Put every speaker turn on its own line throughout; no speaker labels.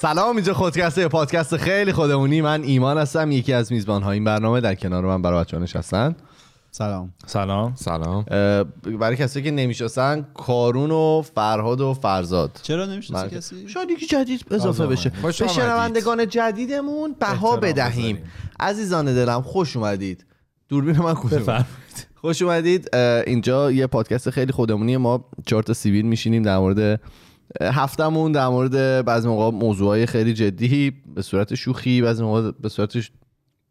سلام اینجا خودکسته پادکست خیلی خودمونی من ایمان هستم یکی از میزبان این برنامه در کنار من برای بچه‌ها نشستن
سلام
سلام
سلام
اه، برای کسی که نمیشناسن کارون و فرهاد و فرزاد
چرا
من-
نمیشناسی کسی
شاید یکی جدید اضافه
آمدید.
بشه
خوش
به
آمدید.
شنوندگان جدیدمون بها
احترام
بدهیم
بذاریم.
عزیزان دلم خوش اومدید دوربین من کجا
بفرمایید
خوش اومدید اه، اینجا یه پادکست خیلی خودمونی ما چهار تا سیبیل میشینیم در مورد اه، هفتمون در مورد بعضی موقع موضوعهای خیلی جدی به صورت شوخی بعضی موقع به صورت ش-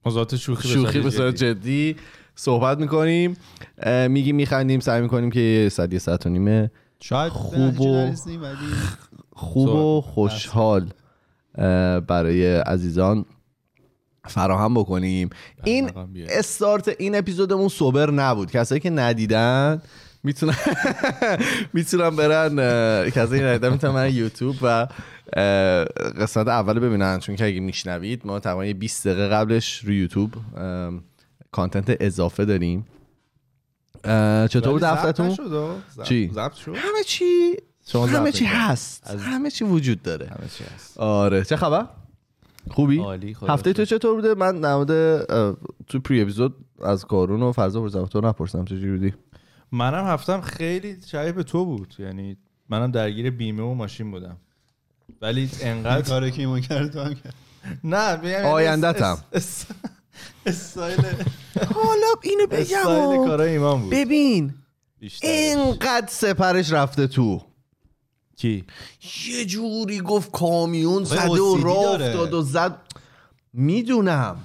موضوعات شوخی
شوخی به صورت جدی صحبت میکنیم میگیم میخندیم سعی میکنیم که یه ساعت یه ساعت و نیمه
شاید
خوب
خوب
و-
و ولی
خوب و خوشحال اه، برای عزیزان فراهم بکنیم این
رقم بیاد.
استارت این اپیزودمون سوبر نبود کسایی که ندیدن میتونن میتونن برن اه، کسایی که ندیدن میتونن برن یوتیوب و اه، قسمت اول رو ببینن چون که اگه میشنوید ما تقریبا یه 20 دقیقه قبلش رو یوتیوب اه، کانتنت اضافه داریم اه، چطور بود هفتتون؟ چی؟
ضبط شد
همه چی
شما ضبط
همه چی
می‌کنید.
هست همه چی وجود داره
همه چی هست
آره چه خبر خوبی
عالی، خدا
هفته تو چطور بوده من در مورد اه، تو پری اپیزود از کارون و فرزا پرسیدم تو نپرسیدم چه جوری بودی
منم هفتم خیلی شبیه به تو بود یعنی منم درگیر بیمه و ماشین بودم ولی
هر
انقدر
کاری که ایمان کرد تو هم کرد
نه یعنی بگم
آینده‌تم.
استایل
حالا اینو
استایل کارای ایمان بود
ببین
بیشتر
اینقدر سپرش رفته تو
کی
یه جوری گفت کامیون
آخه
زده و
OCD
راه
داره.
افتاد و زد میدونم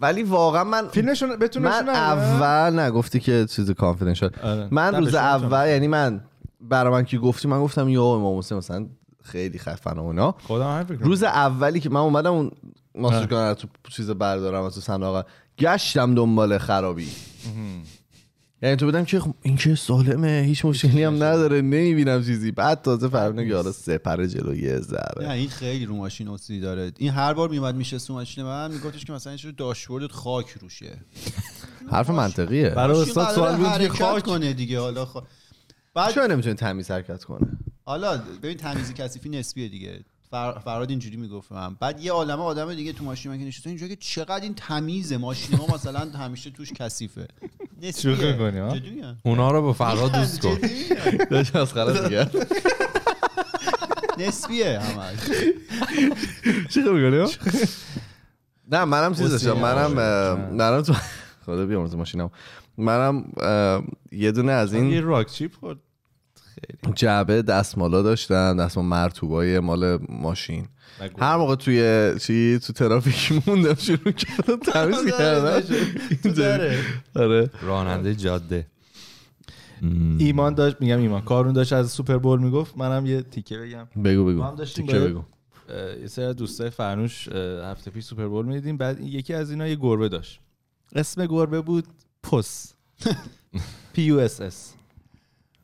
ولی واقعا من
فیلمشون بتونشون
من اول نگفتی که چیز کانفیدنشال
آره.
من
نه،
روز
به شما چون.
اول یعنی من برای من که گفتی من گفتم یا امام حسین مثلا خیلی خفن و اونا
خودم هم فکر کنم.
روز اولی که من اومدم اون ماساژ کنن تو چیز بردارم از تو صندوق گشتم دنبال خرابی یعنی تو بدم که خب این که سالمه هیچ مشکلی هم نداره نمیبینم چیزی بعد تازه فهمیدم که حالا سپر جلوی
نه
زره
این خیلی رو ماشین اوسیدی داره این هر بار میومد میشه سو ماشین من میگفتش که مثلا این شروع داشبوردت خاک روشه
حرف منطقیه
برای
ماشین
استاد سوال
قراره
بود که
حرکت
خاک
کنه دیگه حالا خ... بعد
چرا نمیتونه تمیز حرکت کنه
حالا ببین تمیز کثیفی نسبیه دیگه فر... فراد اینجوری میگفتم بعد یه عالمه آدم دیگه تو ماشین من که نشسته اینجوری که چقدر این تمیزه ماشین ما مثلا همیشه توش کثیفه نسبیه
شوخی کنی، ها؟
جدی میگم.
اونا رو با فرهاد دوست کن
جدی میگم.
داشت از خلاص میگه
نسبیه همش
چی میگه نه منم چیز داشتم منم اه، منم تو خدا بیامرز ماشینم منم اه، یه دونه از این
یه راک چیپ خورد
جعبه دستمالا داشتم دستمال مرتوبای مال ماشین هر موقع توی چی تو ترافیک موندم شروع کردم تمیز کردم
آره، تو داره
آره
راننده جاده
ایمان داشت میگم ایمان کارون داشت از سوپر بول میگفت منم یه تیکه بگم
بگو
ما
بگو
هم داشتیم
تیکه
با-
بگو
اه، یه سری از دوستای فرنوش اه، هفته پیش سوپر بول میدیدیم بعد این یکی از اینا یه گربه داشت اسم گربه بود پس پی یو اس اس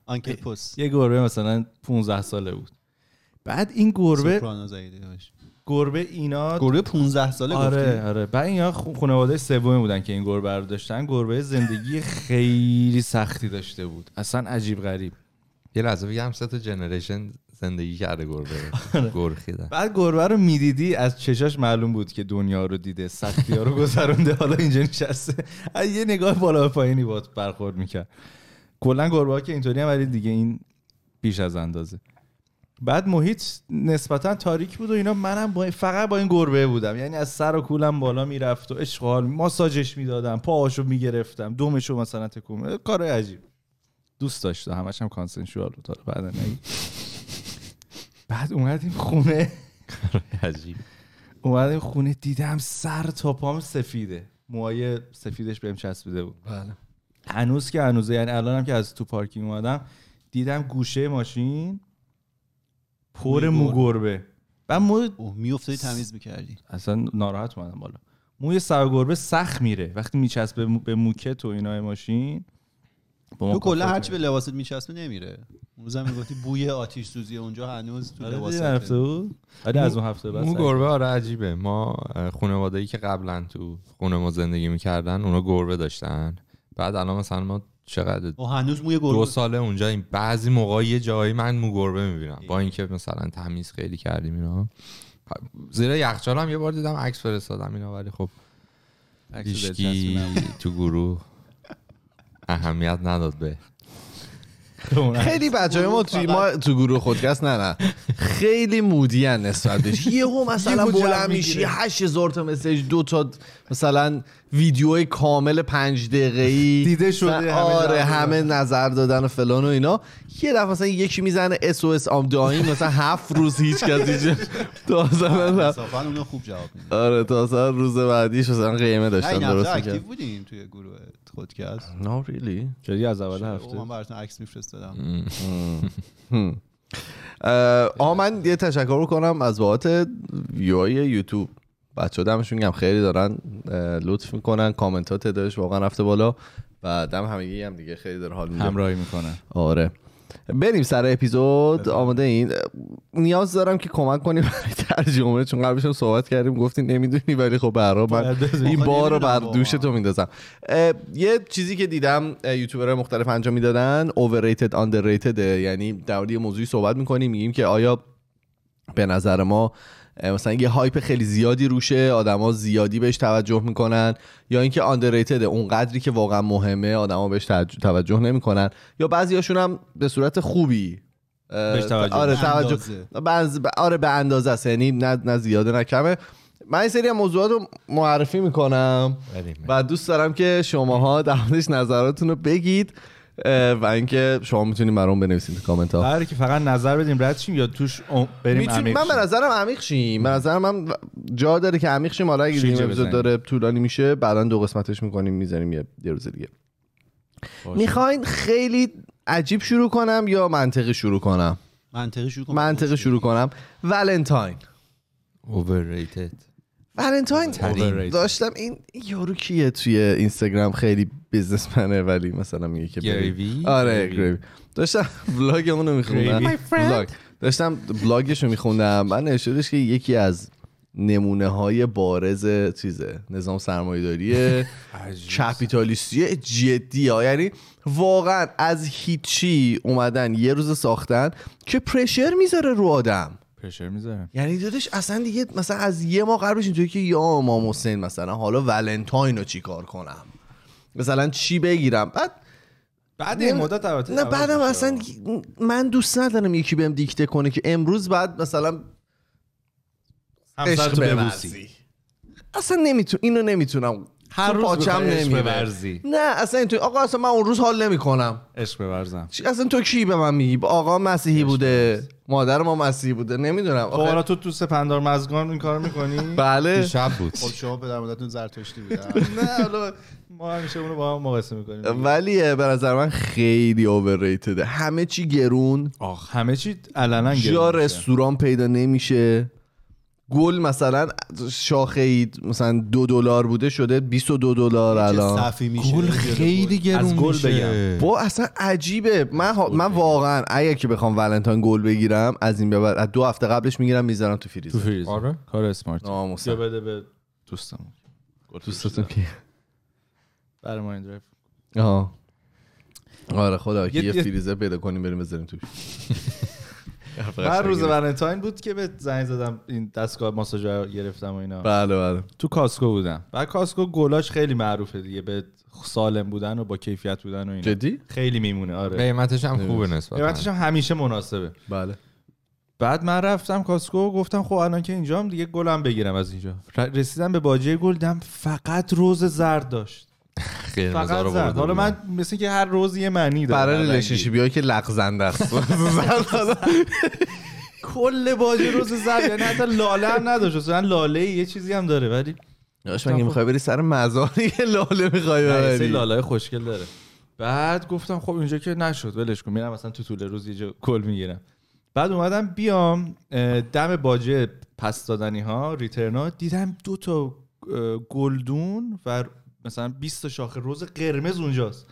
آنکل پست
یه گربه مثلا 15 ساله بود بعد این گربه
سوپرانو زدی داشت.
گربه اینا
گربه 15 ساله
آره
آره.
آره بعد اینا خو- خانواده سوم بودن که این گربه رو داشتن گربه زندگی خیلی سختی داشته بود اصلا عجیب غریب
یه لحظه بگم سه تا جنریشن زندگی کرده گربه گرخیدن
بعد گربه رو میدیدی از چشاش معلوم بود که دنیا رو دیده سختی ها رو گذرونده حالا اینجا نشسته از یه نگاه بالا به پایینی باد برخورد میکرد کلا گربه ها که اینطوری هم ولی دیگه این بیش از اندازه بعد محیط نسبتا تاریک بود و اینا منم با فقط با این گربه بودم یعنی از سر و کولم بالا میرفت و اشغال ماساژش میدادم پاهاشو میگرفتم دومشو مثلا تکون کار عجیب دوست داشتم همش هم کانسنشوال بود حالا بعدا نگی. بعد اومدیم خونه
عجیب
اومدیم خونه دیدم سر تا پام سفیده موهای سفیدش بهم چسبیده بود
بله
هنوز که هنوزه یعنی الانم که از تو پارکینگ اومدم دیدم گوشه ماشین پر مو گربه و مو
اوه میافتادی تمیز میکردی
اصلا ناراحت اومدم بالا موی سر گربه سخت میره وقتی میچسبه مو- به موکت و اینای ماشین با ما
تو کلا
کافت
هرچی به لباست میچسبه نمیره اون روزم میگفتی بوی آتیش سوزی اونجا هنوز تو
آره دیدی
لباست
نرفته بود ولی از اون هفته بعد
مو
سخت.
گربه آره عجیبه ما خانواده ای که قبلا تو خونه ما زندگی میکردن اونا گربه داشتن بعد الان مثلا ما چقدر
و هنوز موی
دو
گربه
ساله اونجا این بعضی موقع یه جایی من مو گربه میبینم با اینکه مثلا تمیز خیلی کردیم اینا زیرا یخچال هم یه بار دیدم عکس فرستادم اینا ولی خب هیچکی تو گروه اهمیت نداد به
خیلی بچه ما توی ما تو گروه خودکست نه نه خیلی مودی هن نسبت بهش یهو مثلا
یهو جمع
بلند میشی
میگیره.
8000 تا مسیج دو تا مثلا ویدیو کامل پنج دقیقه ای
دیده شده، همه
آره
جواب
همه نظر دادن و فلان و اینا یه دفعه مثلا یکی میزنه اس او اس ام داین مثلا هفت روز هیچ کس هیچ تا
انصافا اونا خوب جواب میدن
آره تا مثلا روز بعدیش مثلا قیمه
نه این
داشتن
هفته
درست
اکتیو
می‌کردن.
بودیم توی گروه خودکست
نه ریلی
شدی از اول
او
هفته
من براتون عکس میفرستادم
اه، آه من یه تشکر کنم از بابت ویوهای یوتیوب بچه دمشون گم خیلی دارن اه، لطف میکنن کامنت ها تعدادش واقعا رفته بالا و دم همگی هم دیگه خیلی داره حال میده
همراهی میکنن
آره بریم سر اپیزود آماده این نیاز دارم که کمک کنیم برای ترجمه چون قبلش هم صحبت کردیم گفتی نمیدونی ولی خب برای من
باید بزنی.
این بار رو
نمی‌دونم
بر
واقعا.
دوش تو میندازم اه، یه چیزی که دیدم اه، یوتیوبرهای مختلف انجام میدادن overrated underrated یعنی در مورد یه موضوعی صحبت میکنیم میگیم که آیا به نظر ما اه، مثلا یه هایپ خیلی زیادی روشه آدما زیادی بهش توجه میکنن یا اینکه آندرریتد اون قدری که واقعا مهمه آدما بهش توجه- توجه نمیکنن یا بعضیاشون هم به صورت خوبی اه،
بهش توجه
آره
به
توجه
اندازه.
بعض- ب- آره به اندازه است یعنی نه نه زیاده نه کمه من این سری از موضوعات رو معرفی میکنم و دوست دارم که شماها در موردش نظراتتون رو بگید اه، و اینکه شما میتونید برام بنویسید تو کامنت ها
قراره که فقط نظر بدیم رد شیم یا توش عم- بریم
می‌تونی-
عمیق
من به
شیم؟
نظرم عمیق شیم به نظرم هم جا داره که عمیق شیم حالا اگه
شیرجه
این اپیزود
بزنیم.
داره طولانی میشه بعدا دو قسمتش میکنیم میذاریم یه یه روز دیگه میخواین خیلی عجیب شروع کنم یا منطقی شروع کنم
منطقی شروع کن
منطقی شروع کنم ولنتاین
overrated
ولنتاین
Overrated.
داشتم این این یارو کیه توی اینستاگرام خیلی بزنسمنه ولی مثلا میگه که بریم.
گریوی
آره گریوی داشتم ولاگ اونو میخوندم ولاگ داشتم بلاگش رو میخوندم من نشدش که یکی از نمونه های بارز چیزه نظام سرمایه‌داری کپیتالیستی جدی ها یعنی واقعا از هیچی اومدن یه روز ساختن که پرشر میذاره رو آدم
پرشر میذارم
یعنی دادش اصلا دیگه مثلا از یه ماه قبلش اینطوری که یا امام حسین مثلا حالا ولنتاین رو چیکار کنم مثلا چی بگیرم بعد
بعد این مدت البته
نه
عوض
بعدم
میشه.
اصلا من دوست ندارم یکی بهم دیکته کنه که امروز بعد مثلا
همسر
عشق
تو
بورزی. اصلا نمیتون اینو نمیتونم
هر
تو
روز
پاچم
می‌خوای عشق
نمیره.
بورزی.
نه اصلا اینطوری آقا اصلا من اون روز حال نمیکنم
عشق بورزم
اصلا تو کی به من میگی آقا مسیحی بوده مادر ما مسیحی بوده نمیدونم
خب حالا تو تو سپندار مزگان این کار میکنی؟
بله
شب بود
خب شما پدر مادرتون زرتشتی بودن
نه حالا ما همیشه اونو با هم مقایسه میکنیم
ولی اه، به نظر من خیلی overratedه همه چی گرون
آخ همه چی علنا
جا
گرون میشه.
رستوران پیدا نمیشه گل مثلا شاخه ای مثلا دو دلار بوده شده 22 دلار الان
صفی میشه
خیلی
از گل بگم.
با اصلا عجیبه من, ها- من واقعا اگر که بخوام ولنتاین گل بگیرم از این به بعد از دو هفته قبلش میگیرم میذارم
تو
تو فریزر
فریز
آره.
کار اسمارت
ناموسم.
یا بده به دوستمون
دوستتون کی
برای ما این درایو
آها. آره خدا که
یه-
یه
یه-
فریزر پیدا کنیم بریم بذاریم توش
من روز ولنتاین بود که به زنگ زدم این دستگاه ماساژ رو گرفتم و اینا
بله بله
تو کاسکو بودم و کاسکو گلاش خیلی معروفه دیگه به سالم بودن و با کیفیت بودن و اینا
جدی
خیلی میمونه آره
قیمتش هم خوبه نسبت
قیمتش هم همیشه مناسبه
بله
بعد من رفتم کاسکو و گفتم خب الان که اینجام دیگه گلم بگیرم از اینجا ر- رسیدم به باجه گل دیدم فقط روز زرد داشت فقط زرد حالا من مثل که هر روز یه معنی داره
برای
هر رنگی.
ریلیشنشیپی هایی که لغزنده است
کل باجه روز زرد یعنی حتی لاله هم نداشت مثلا لاله یه چیزی هم داره ولی
داش مگه میخوای بری سر مزار یه لاله میخوای
سه
ببری
لالای خوشگل داره بعد گفتم خب اینجا که نشد ولش کن میرم مثلا تو طول روز یه جا کل میگیرم بعد اومدم بیام اه، دم باجه پس دادنی ها ریترنا دیدم دو تا اه، گلدون و مثلا 20 تا شاخه روز قرمز اونجاست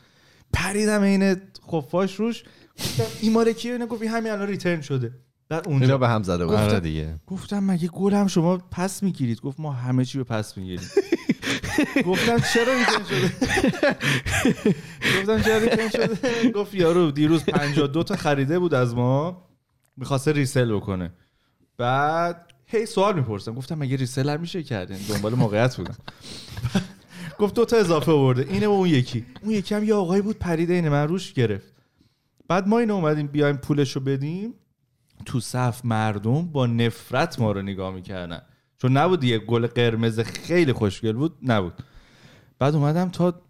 پریدم عین خفاش روش گفتم این مال کیه اینا گفت این همین الان ریترن شده بعد اونجا
اینا به هم زده بود
آره دیگه
گفتم مگه گل هم شما پس میگیرید گفت ما همه چی رو پس میگیریم گفتم چرا ریترن شده گفتم چرا ریترن شده گفت یارو دیروز 52 تا خریده بود از ما میخواسته ریسل بکنه بعد هی سوال میپرسم گفتم مگه ریسلر میشه کردین دنبال موقعیت بودم گفت دو تا اضافه آورده اینه و اون یکی اون یکی هم یه آقایی بود پریده اینه من روش گرفت بعد ما اینو اومدیم بیایم پولش رو بدیم تو صف مردم با نفرت ما رو نگاه میکردن چون نبود یه گل قرمز خیلی خوشگل بود نبود بعد اومدم تا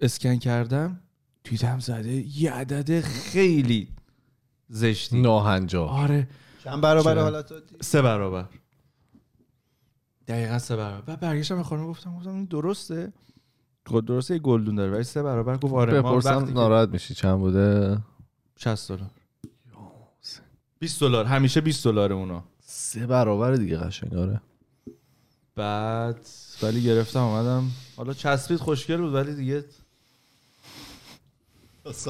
اسکن کردم دیدم زده یه عدد خیلی زشتی
ناهنجار
آره
چند برابر
چرا؟
حالت عادی؟
سه برابر دقیقا سه برابر بعد برگشتم به خانم گفتم گفتم این درسته گفت خب درسته یه گلدون داره ولی سه برابر گفت آره ما
بپرسم
وقتی که-
ناراحت میشی چند بوده
60 دلار 20 دلار همیشه 20 دلار اونا
سه برابر دیگه قشنگ آره
بعد ولی گرفتم اومدم حالا چسبید خوشگل بود ولی دیگه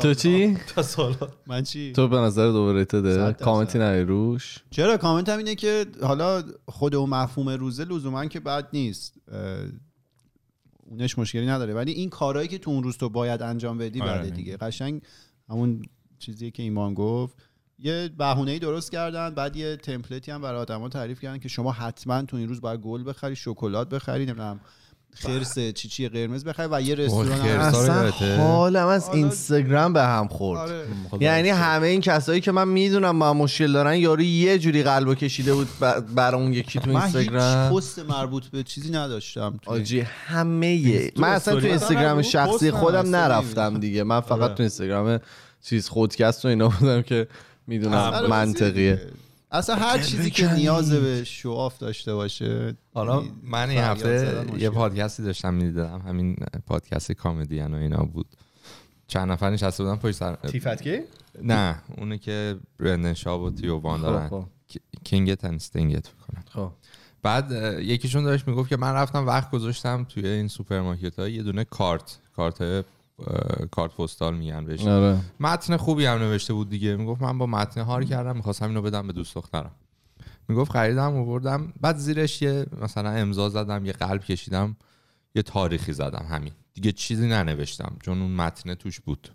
تو چی
تا سالا
من چی
تو به نظر
صد
دوباره
درصد.
کامنتی نری روش
چرا کامنت هم اینه که حالا خود و مفهوم روزه لزوما که بد نیست اه، اونش مشکلی نداره ولی این کارهایی که تو اون روز تو باید انجام بدی
آره.
بده دیگه قشنگ همون چیزی که ایمان گفت یه بهونه ای درست کردن بعد یه تمپلیتی هم برای آدما تعریف کردن که شما حتما تو این روز باید گل بخری شکلات بخری نمیدونم خرس چی چی قرمز بخری و یه رستوران
خرس.
هم-
ارسال
اصلا
یادته؟
حالم از
حالا-
اینستاگرام به هم خورد
آره.
یعنی همه این کسایی که من میدونم با هم مشکل دارن یارو یه جوری قلبو کشیده بود ب- برای اون یکی تو
من هیچ
اینستاگرام
پست مربوط به چیزی نداشتم تو
آجی همه من اصلا تو
استوری.
اینستاگرام
آره، اصلا رو
شخصی
پست
خودم
نرسیدی.
نرفتم دیگه من فقط
آره.
تو اینستاگرام چیز خودکست و اینا بودم که میدونم
اصلا
منطقیه
اصلا هر چیزی که
بکنی.
نیاز به شواف داشته باشه
حالا من این
فریاد زدن
هفته
مشکل.
یه پادکستی داشتم میدیدم همین پادکست کامدین و اینا بود چند نفر نشسته بودن پشت سر نه اونه که برندن شاب و تیوان دارن
خب،
کی- کینگ تنستینگت میکنن
خب.
بعد اه، یکیشون داشت میگفت که من رفتم وقت گذاشتم توی این سوپرمارکت ها یه دونه کارت کارت اه، کارت پستال میگن بهش
آره
متن خوبی هم نوشته بود دیگه میگفت من با متن هار کردم میخواستم اینو بدم به دوست دخترم میگفت خریدم آوردم بعد زیرش یه مثلا امضا زدم یه قلب کشیدم یه تاریخی زدم همین دیگه چیزی ننوشتم چون اون متن توش بود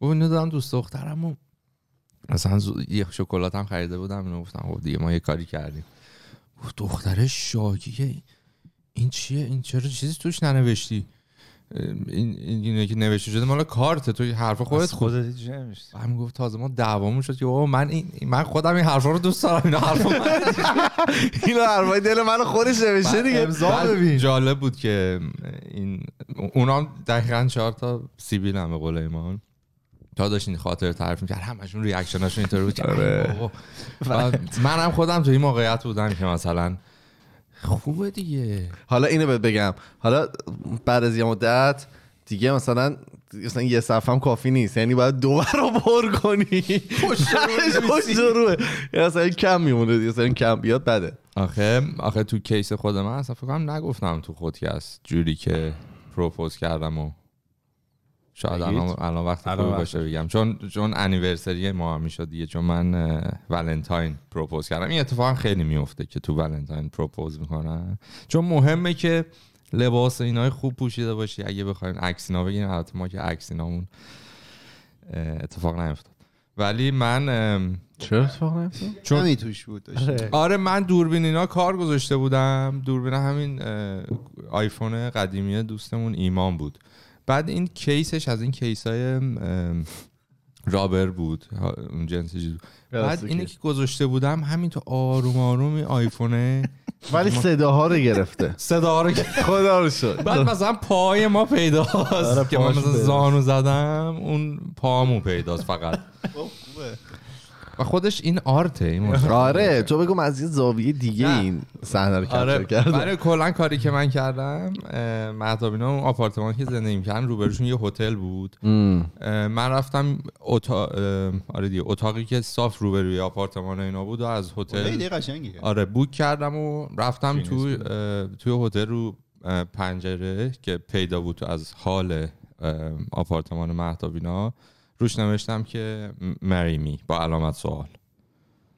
و اینو دادم دوست دخترم و مثلا زو- یه شکلات هم خریده بودم اینو گفتم خب دیگه ما یه کاری کردیم گفت دختره شاگیه این چیه این چرا چیزی توش ننوشتی این اینه که نوشته شده مال کارته تو حرف خودت
خودت
خود
خودت هیچ نمیشه
و هم گفت تازه ما دعوامون شد که بابا من این من خودم این حرفا رو دوست دارم اینا حرفا من
اینو حرفای دل من خودش نوشته
بعد-
دیگه
بعد جالب بود که این اونا هم دقیقاً چهار تا سیبیل هم به قول ایمان تا داشتین خاطر تعریف میکرد همشون ریاکشناشون اینطوری بود که ای بابا. بعد منم خودم تو این موقعیت بودم که مثلا خوبه دیگه
حالا اینو بهت بگم حالا بعد از یه مدت دیگه مثلا مثلا یه صفحه هم کافی نیست یعنی باید دو رو پر کنی پشت رو روه یعنی مثلا کم میمونه دیگه مثلا کم بیاد بده
آخه آخه تو کیس خود من اصلا فکر کنم نگفتم تو خودکست جوری که پروپوز کردم و شاید
بگید.
الان الان وقت
الان
خوبی
وقت.
باشه بگم چون چون انیورسری ما هم میشد دیگه چون من اه، ولنتاین پروپوز کردم این اتفاق خیلی میفته که تو ولنتاین پروپوز میکنن چون مهمه که لباس اینای خوب پوشیده باشی اگه بخوایم عکسینا بگیریم البته ما که عکسینامون اه، اتفاق نیفتاد ولی من ام،
چرا اتفاق نیفتاد؟
چون-
کمی توش بود داشت.
آره من دوربین اینا کار گذاشته بودم دوربین همین اه، آیفون قدیمی دوستمون ایمان بود بعد این کیسش از این کیس های رابر بود ها، اون جنس چیز بود. بعد
پلاستیکی.
اینی که گذاشته بودم همین تو آروم آروم این آیفونه
ولی صداها رو گرفته
صدا رو که-
خدا رو شد
بعد مثلا پای ما
آره،
پیداست که من
پاهاش
مثلا
پیداست.
زانو زدم اون پامو پیداست فقط
خب، خوبه.
و خودش این آرته این موضوع.
آره تو بگم از یه زاویه دیگه
نه.
این صحنه رو کپچر
آره
کرده
برای کلا کاری که من کردم اه، مهتابینا اون آپارتمان که زندگی میکردن روبروشون یه هتل بود اه، من رفتم اتاق آره دیگه اتاقی که صاف روبروی آپارتمان اینا بود و از
یه
هتل
ایده قشنگیه
آره بوک کردم و رفتم
چی
تو اه، توی هتل رو اه، پنجره که پیدا بود از حال اه، آپارتمان مهتابینا روش نوشتم که مریمی با علامت سوال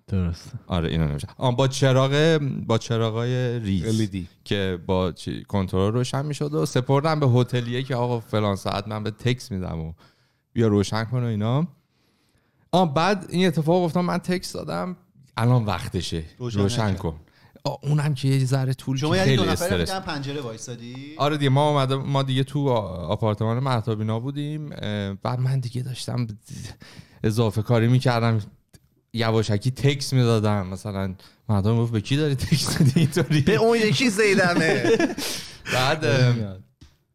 درسته
آره اینو نوشتم آه، با چراغ با چراغای ریز
LED.
که با چی- کنترل روشن میشد و سپردم به هتلیه که آقا فلان ساعت من به تکس میدم و بیا روشن کن و اینا آ بعد این اتفاق گفتم من تکس دادم الان وقتشه
روشن
روشن
نکرد.
کن با اونم که یه ذره طول
شما
که
یعنی دو
خیلی
نفره
استرس
بودن پنجره وایسادی
آره دیگه ما اومده ما دیگه تو آ- آپارتمان مهتابینا بودیم اه، بعد من دیگه داشتم اضافه کاری میکردم یواشکی تکس میدادم مثلا مردم گفت به کی داری تکس میدی
به
اینطوری
اون یکی زیدمه
بعد اه،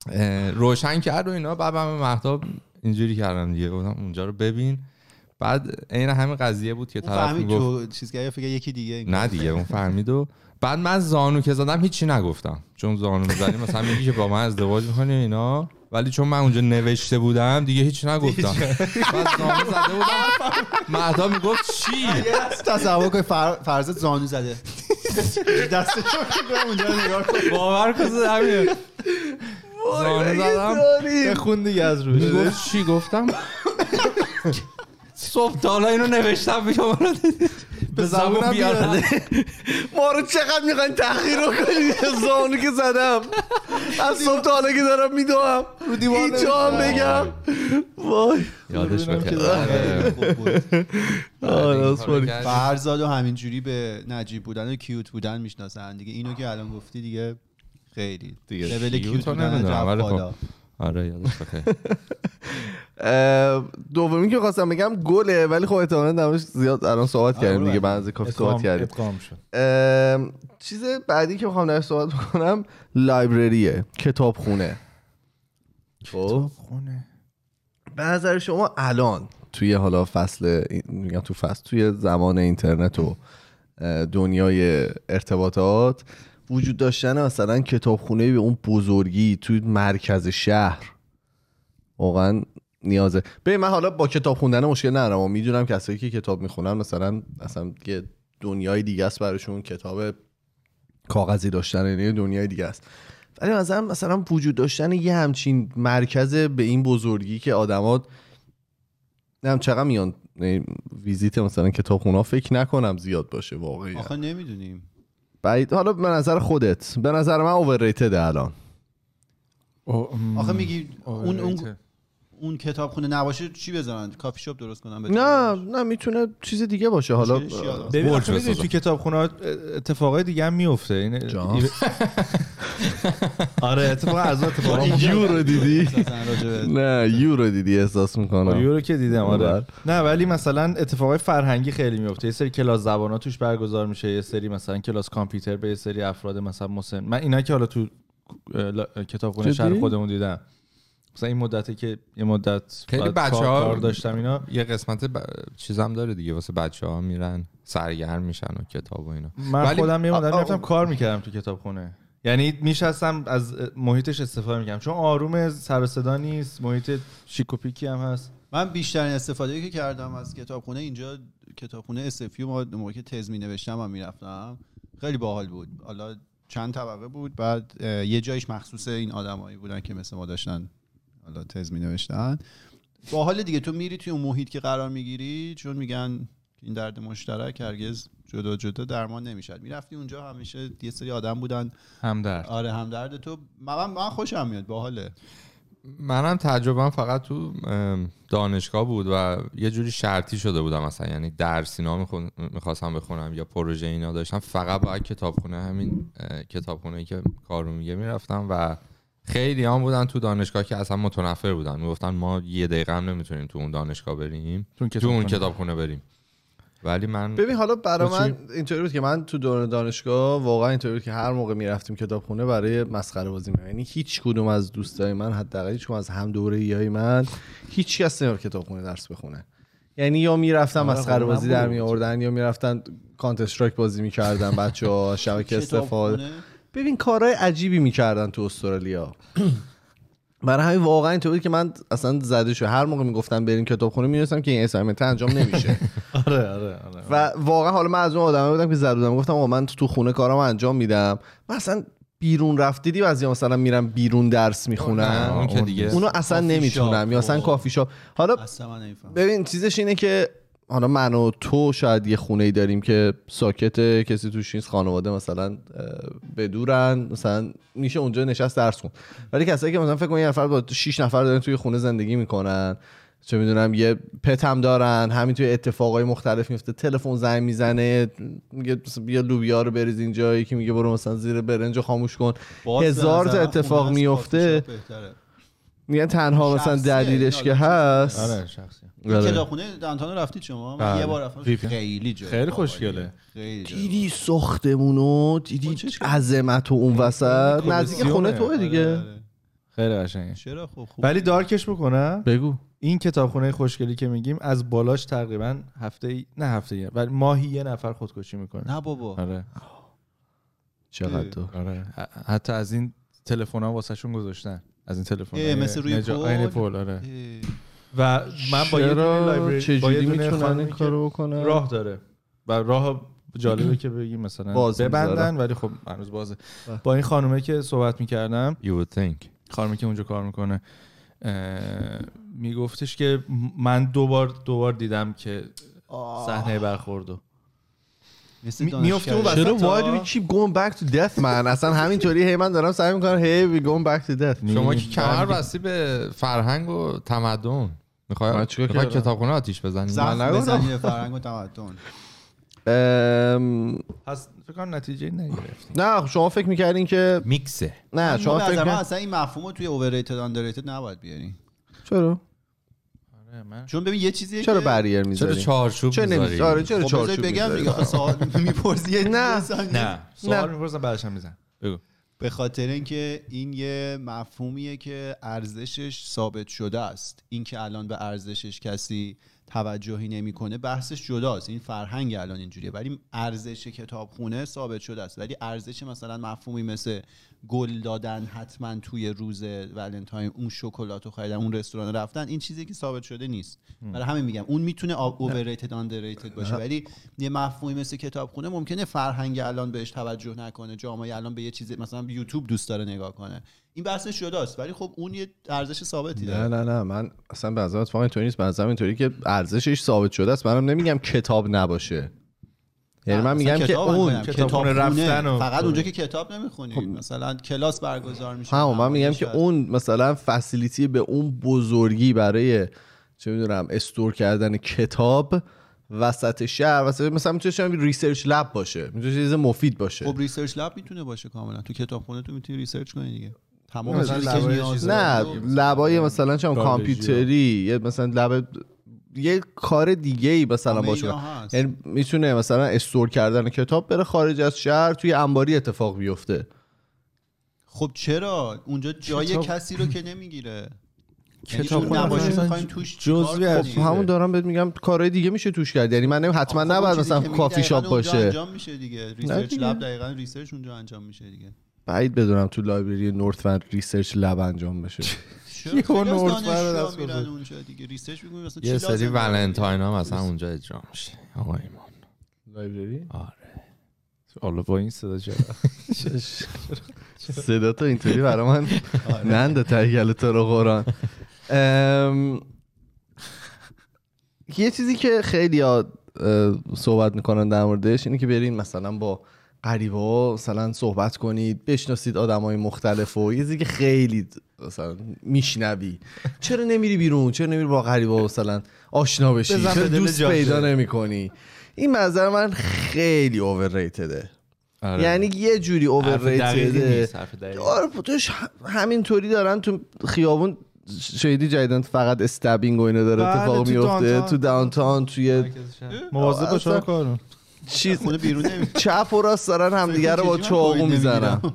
اه، روشن کرد و اینا بعد من به مهتاب اینجوری کردم دیگه گفتم اونجا رو ببین بعد عین همین قضیه بود که
اون
طرف
فهمید تو
میگفت
چیز که فکر یکی دیگه این
نه دیگه اون فهمید و بعد من زانو که زدم هیچی نگفتم چون زانو میزنی مثلا میگی که با من ازدواج میکنی اینا ولی چون من اونجا نوشته بودم دیگه هیچی نگفتم بعد زانو زده بودم مهدا میگفت چی
تصور کن فر... فرزت زانو زده دستشو بگیره اونجا رو نگاه کن
باور کن زمین زانو زدم
بخون دیگه از روش
میگفت چی گفتم بله. صبح تا حالا اینو نوشتم بگم حالا به زبون
زبونم
بیارم
ما رو چقدر میخواین تحقیر رو کنید زانو که زدم از صبح تا حالا که دارم میدوام
رو
اینجا هم بگم وای
یادش
ببینم که
بخیر
خیلی
آره.
خوب بود.
آره، این
راست
کارو
می‌گی.
کردیم.
فرزاد و همینجوری به نجیب بودن و کیوت بودن میشناسن دیگه اینو که الان گفتی دیگه خیلی
دیگه
لول
کیوت
کیوت
رو
بودن
نمی‌دونم،
رفت
ولی خب.
بالا
آره یادش بخیر
اه، دومی که خواستم بگم گله ولی خب احتمالاً نمش زیاد الان صحبت کردیم
آره، بله.
دیگه بعضی کافی
ادغام-
صحبت کردیم
ادغام شد
ام، چیز بعدی که میخوام درش صحبت بکنم لایبرریه کتابخونه خب
خونه
به نظر شما الان توی حالا فصل این- میگم تو فصل توی زمان اینترنت و اه، دنیای ارتباطات وجود داشتن مثلا کتابخونه به اون بزرگی توی مرکز شهر واقعا نیازه ببین من حالا با کتاب خوندن مشکل ندارم و میدونم کسایی که کتاب میخونن مثلا اصلا یه دنیای دیگه است براشون کتاب کاغذی داشتن یعنی یه دنیای دیگه است ولی مثلا مثلا وجود داشتن یه همچین مرکز به این بزرگی که آدما نم چقدر میان یعنی ویزیت مثلا کتاب فکر نکنم زیاد باشه واقعا
آخه نمیدونیم
بعید حالا به نظر خودت به نظر من اوورریتد الان
آخه میگی
آره،
اون اون اون کتابخونه نباشه چی بزنن کافی شاپ درست کنن
نه
بتونن؟
نه میتونه چیز دیگه باشه حالا
چیزش یادم.
ببین
برج
آخه می‌دونی
بسازم.
تو کتابخونه اتفاقای دیگه هم میفته این
جا.
آره اتفاقا از اون اتفاقا
یو رو دیدی
مثلا راجع به-
نه یو رو دیدی احساس میکنم
یورو که دیدم آره
بله.
نه ولی مثلا اتفاقای فرهنگی خیلی میفته یه سری کلاس زبانا توش برگزار میشه یه سری مثلا کلاس کامپیوتر به یه سری افراد مثلا مسن من اینا که حالا تو اه، لا- کتابخونه
جدی؟
شهر خودمون دیدم مثلا این مدته که یه مدت
خیلی
بعد
بچه‌ها-
کار- کار داشتم اینا
یه قسمت ب... چیزم داره دیگه واسه بچه ها میرن سرگرم میشن و کتاب و اینا
من
ولی-
خودم یه مدت
آ- آ-
میرفتم کار میکردم تو کتابخونه یعنی میشستم از محیطش استفاده میکردم چون آروم سر و صدا نیست محیط شیک و پیکی هم هست
من بیشترین استفاده که کردم از کتابخونه اینجا کتابخونه اسفیو ما موقع که تز می نوشتم هم میرفتم خیلی باحال بود حالا چند طبقه بود بعد اه، یه جایش مخصوص این آدمایی بودن که مثل ما داشتن حالا تز می نوشتن باحال دیگه تو میری توی اون محیط که قرار میگیری چون میگن این درد مشترک هرگز جدا جدا درمان نمیشد میرفتی اونجا همیشه یه سری آدم بودن
هم در
آره هم درد تو من من خوشم میاد باحاله
منم تجربه فقط تو ام، دانشگاه بود و یه جوری شرطی شده بودم مثلا یعنی درس اینا میخواستم بخونم یا پروژه اینا داشتم فقط باید کتابخونه همین اه، کتابخونه که کارو میگه میرفتم و خیلی هم بودن تو دانشگاه که اصلا متنفر بودن میگفتن ما یه دقیقه هم نمیتونیم تو اون دانشگاه بریم
تو اون
تو اون
کتابخونه.
کتابخونه بریم ولی من
ببین حالا برا
چی؟
من اینطوری بود که من تو دوران دانشگاه واقعا اینطوری بود که هر موقع میرفتیم کتابخونه برای مسخره بازی می‌رفتیم. یعنی هیچ کدوم از دوستای من حداقل هیچ کدوم از هم دوره های من هیچ کس نمیرفت کتابخونه درس بخونه یعنی یا میرفتن
آره،
مسخره
خب،
بازی
من
در
بود.
می آوردن یا میرفتن کانتر استرایک بازی میکردن بچه ها شبکه استفاده
کتابخونه؟
ببین کارهای عجیبی میکردن تو استرالیا برای همین واقعا اینطور بود که من اصلا زده شو هر موقع میگفتم بریم کتابخونه میدونستم که این اسایمنت انجام نمیشه
آره آره آره
و واقعا حالا من از اون آدمه بودم که زد بودم گفتم آقا من تو خونه کارم انجام میدم من اصلا بیرون رفت دیدی بعضی مثلا میرم بیرون درس
نه،
میخونم
اون که دیگه
اونو اصلا
کافی
نمیتونم
شاپ.
یا اصلا
خب.
کافی شاپ حالا
اصلا من نمی‌فهمم.
ببین چیزش اینه که حالا من و تو شاید یه خونه ای داریم که ساکت کسی توش نیست خانواده مثلا اه، بدورن مثلا میشه اونجا نشست درس کن ولی کسایی که مثلا فکر کن یه نفر با 6 نفر دارن توی خونه زندگی میکنن چه میدونم یه پت هم دارن همین توی اتفاقای مختلف میفته تلفن زنگ میزنه میگه بیا لوبیا رو بریز اینجا یکی میگه برو مثلا زیر برنج رو خاموش کن
باز به
هزار تا
نظرم
اتفاق
خونه از
میفته.
کافی شاپ بهتره.
میگن تنها مثلا
شخصیه،
دلیلش
این
که
آدم
هست
آره شخصی
آره.
کلاخونه دانتانو رفتید شما من
بله.
یه بار رفتم
خیلی-
خیلی جای
خیلی
باحالیه.
خوشگله.
خیلی جای
دیدی ساختمونو دیدی عظمت و اون وسط نزدیک خونه توه
باحالیه. آره،
دیگه
آره.
خیلی قشنگه
چرا خب خوب
ولی دارکش بکنم
بگو
این کتابخونه خوشگلی که میگیم از بالاش تقریبا هفته ای- نه هفته ای، ولی ماهی یه نفر خودکشی میکنه
نه بابا
آره
چقدر تو
آره ح- حتی از این تلفن ها واسه شون گذاشتن از این تلفن
اه، مثل روی پل؟
پول آره
اه.
و من با یه دونه
چرا
لایبرری با یه
چجوری
دونه
میتونن
خانمی
این
که
کارو بکنن
راه داره و راه جالبه که بگیم مثلا
باز می‌ذارن.
ببندن ولی خب هنوز بازه با این خانومه که صحبت میکردم
You would think
خانمی که اونجا کار میکنه میگفتش که من دوبار دوبار دیدم که صحنه برخوردو
مثل
می-
دانشگاه.
میفته اون وسط.
چرا
تا-
why do we keep going back to death من اصلا همینطوری هی من دارم سعی میکنم هی we going back to death
شما که کمر بستی به فرهنگ و تمدن میخوای
من چیکار
میخوای
کردم؟
کتابخونه آتیش بزنی
زن-
زخم
من نگفتم.
بزنی به فرهنگ و تمدن
ام،
پس فکر کنم نتیجه نگرفت
نه شما فکر میکردین که
میکسه
نه
ما
شما
به
فکر
نظر من
کرد
اصلا این مفهوم رو توی اوورریتد آندرریتد نباید بیارین
چرا
چون ببین یه چیزی
چرا بریر
چرا
میذاری
چارچوب
چرا نمی‌ذاری؟ آره
میذاری
خب،
چرا چارچوب
بگم
می‌ذاری؟
دیگه آخه سوال میپرسی
نه.
نه
سوال
سوال میپرسم بعدش هم میزن بگو
به خاطر اینکه این یه مفهومیه که ارزشش ثابت شده است اینکه الان به ارزشش کسی توجهی نمیکنه بحثش جداست این فرهنگ الان اینجوریه ولی ارزش کتابخونه ثابت شده است ولی ارزش مثلا مفهومی مثل گل دادن حتما توی روز ولنتاین اون شکلات رو خریدن اون رستوران رفتن این چیزی که ثابت شده نیست برای همین میگم اون میتونه اوورریتد آندرریتد باشه ولی یه مفهومی مثل کتابخونه ممکنه فرهنگ الان بهش توجه نکنه جامعه الان به یه چیزی مثلا یوتیوب دوست داره نگاه کنه این بحثش جداست ولی خب اون یه ارزش ثابتی
نه
داره
نه نه من اصلا به نظرم اتفاقا اینطوری نیست به نظرم اینطوری که ارزشش ثابت شده است منم نمیگم کتاب نباشه یعنی
نه،
من
مثلا
میگم که
کتاب هم
اون
کنم.
کتابخونه
کتابخونه.
رفتن و-
خب.
فقط اونجا که کتاب نمیخونی مثلا کلاس برگزار میشه
هم خب. من میگم که
نمایش
اون مثلا فسیلیتی به اون بزرگی برای چه میدونم استور کردن کتاب وسط شهر وسط مثلا میتونه شما ریسرچ لب باشه میتونه چیز مفید باشه
خب ریسرچ لب میتونه باشه کاملا تو کتابخونه تو میتونی ریسرچ کنی دیگه تمام
مثلا
چیزی که
لوازم
نیاز
چیز-
نه
داری.
لبای مثلا چون
گاربیجی
کامپیوتری یه مثلا لب یه کار دیگه ای مثلا
همه
باشه
اینا هست.
یعنی میتونه مثلا استور کردن کتاب بره خارج از شهر توی انباری اتفاق بیفته
خب چرا اونجا جای
کتاب-
کسی رو که نمیگیره
کتابخونه
نمایش
اصلا
میخوایم توش
جزوی
چیکار
از-
کنی؟
خب همون دارم بهت میگم کارهای دیگه میشه توش کرد یعنی من نمی- حتما
خب اون
نباید
چیزی
مثلا
که میگی
کافی
دقیقاً
شاپ
اونجا
باشه
انجام میشه دیگه ریسرچ
دیگه.
لب دقیقاً ریسرچ اونجا انجام میشه دیگه
بعید بدونم تو لایبرری نورتوند ریسرچ لب انجام بشه
چرا
یه
خیلی از
نورد
دانشجوها
فرا دست
میرن
گذاشت.
اونجا دیگه ریسرچ می‌کنی مثلا
یه
چی
سری
لازم داره؟
ولنتاین هم مثلا اونجا اجرا میشه آقا ایمان
لایبرری
آره
حالا با این صدا چرا
صدا تو اینطوری برا من
آره.
ننده تهیل تو رو قرآن ام، یه چیزی که خیلی ها صحبت میکنن در موردش اینه که برین مثلا با قریبه ها مثلا صحبت کنید بشناسید آدم های مختلف و یه چیزی که خیلی مثلا میشنوی چرا نمیری بیرون چرا نمیری با غریبا مثلا آشنا بشی
بزن به
چرا
دل
دوست
جاده.
پیدا نمیکنی این منظر من خیلی اوورریتده
آره.
یعنی یه جوری اوورریتده آره توش همینطوری دارن تو خیابون شهیدی جدیدن فقط استبینگ و اینا داره
بله،
اتفاق
تو
میفته
دانتان.
تو داونتاون توی
مواظب
آه،
باش آقا
اصلا-
کارون
چیز
خونه بیرون نمی
چپ و راست دارن همدیگه رو با
چجوری من کووید
چاقو میزنن
نمیگیرم؟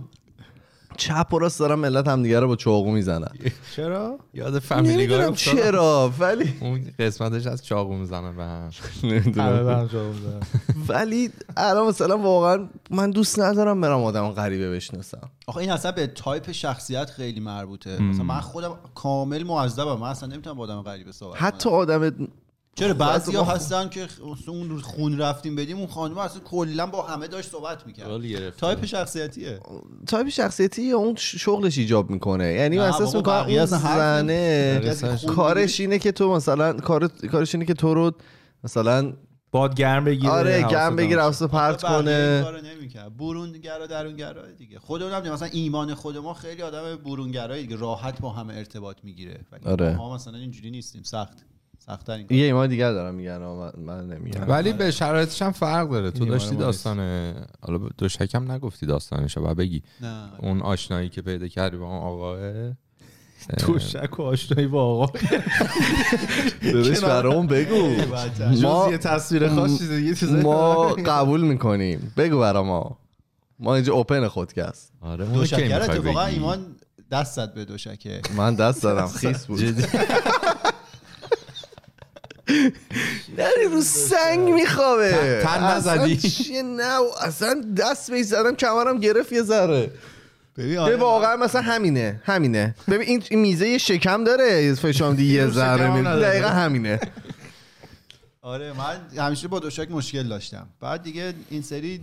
چپ و راست دارن ملت همدیگه رو با چاقو میزنن
چرا
یاد فامیلی گای
نمیدونم
افتادم.
چرا ولی
اون قسمتش از چاقو میزنه به هم
همه
نمیدونم
به هم جواب می‌دن.
ولی الان مثلا واقعا من دوست ندارم برم آدم غریبه بشناسم
آخه این اصلا به تایپ شخصیت خیلی مربوطه مثلا من خودم کامل معذبم من اصلا نمیتونم با آدم غریبه صحبت کنم.
حتی آدم
چرا بعضیا هستن که خ- اون روز خون رفتیم بدیم اون خانم اصلا کلا با همه داشت صحبت میکرد تایپ شخصیتیه
تایپ شخصیتی یا اون ش- شغلش ایجاب میکنه یعنی من
نه،
احساس
بابا،
میکنم
بقیه
اون
اصلا حرف
زنه
نمی‌زنه. بقیه اصلا
کارش اینه که تو مثلا کار کارش اینه که تو رو مثلا
باد گرم بگیره
آره
حواست
گم بگیر
نباشه.
حواس پرت
خب بله، بقیه
کنه
این کارو نمیکرد برونگرا درونگرا دیگه خودمون هم مثلا ایمان خود ما خیلی آدم برونگرایی دیگه راحت با همه ارتباط میگیره ولی
آره.
ما مثلا اینجوری نیستیم سخت سخت‌ترین کار
یه ایمان دیگر دارم میگن آه، من, من
بله،
نمیگم
ولی به شرایطش هم فرق داره تو
این
داشتی
ایمان نیست.
داستان حالا به دوشکم نگفتی داستانش رو، باید بگی
نه
آره.
اون آشنایی که پیدا کردی با اون آقاه
تو شک و آشنایی با آقا
داداش
بله.
برام بگو ما
یه تصویر خاص چیز دیگه چیز
ما قبول میکنیم بگو برا ما ما اینجا اوپن خودکست
آره اونو کی
دوشکر
می‌خوای
اتفاقا
بگی؟
ایمان دست زد به دوشکه
من دست دادم خیس بود نری رو سنگ میخوابه
تن- تن نزدی؟
اصلا چیه نه و اصلا دست بهش زدم کمرم گرفت یه ذره
ببین
به
آره،
واقعا مثلا همینه همینه ببین این این میزه یه شکم داره فشام دیگه یه ذره
شکم
می-
نداره.
دقیقا همینه
آره من همیشه با دوشک مشکل داشتم بعد دیگه این سری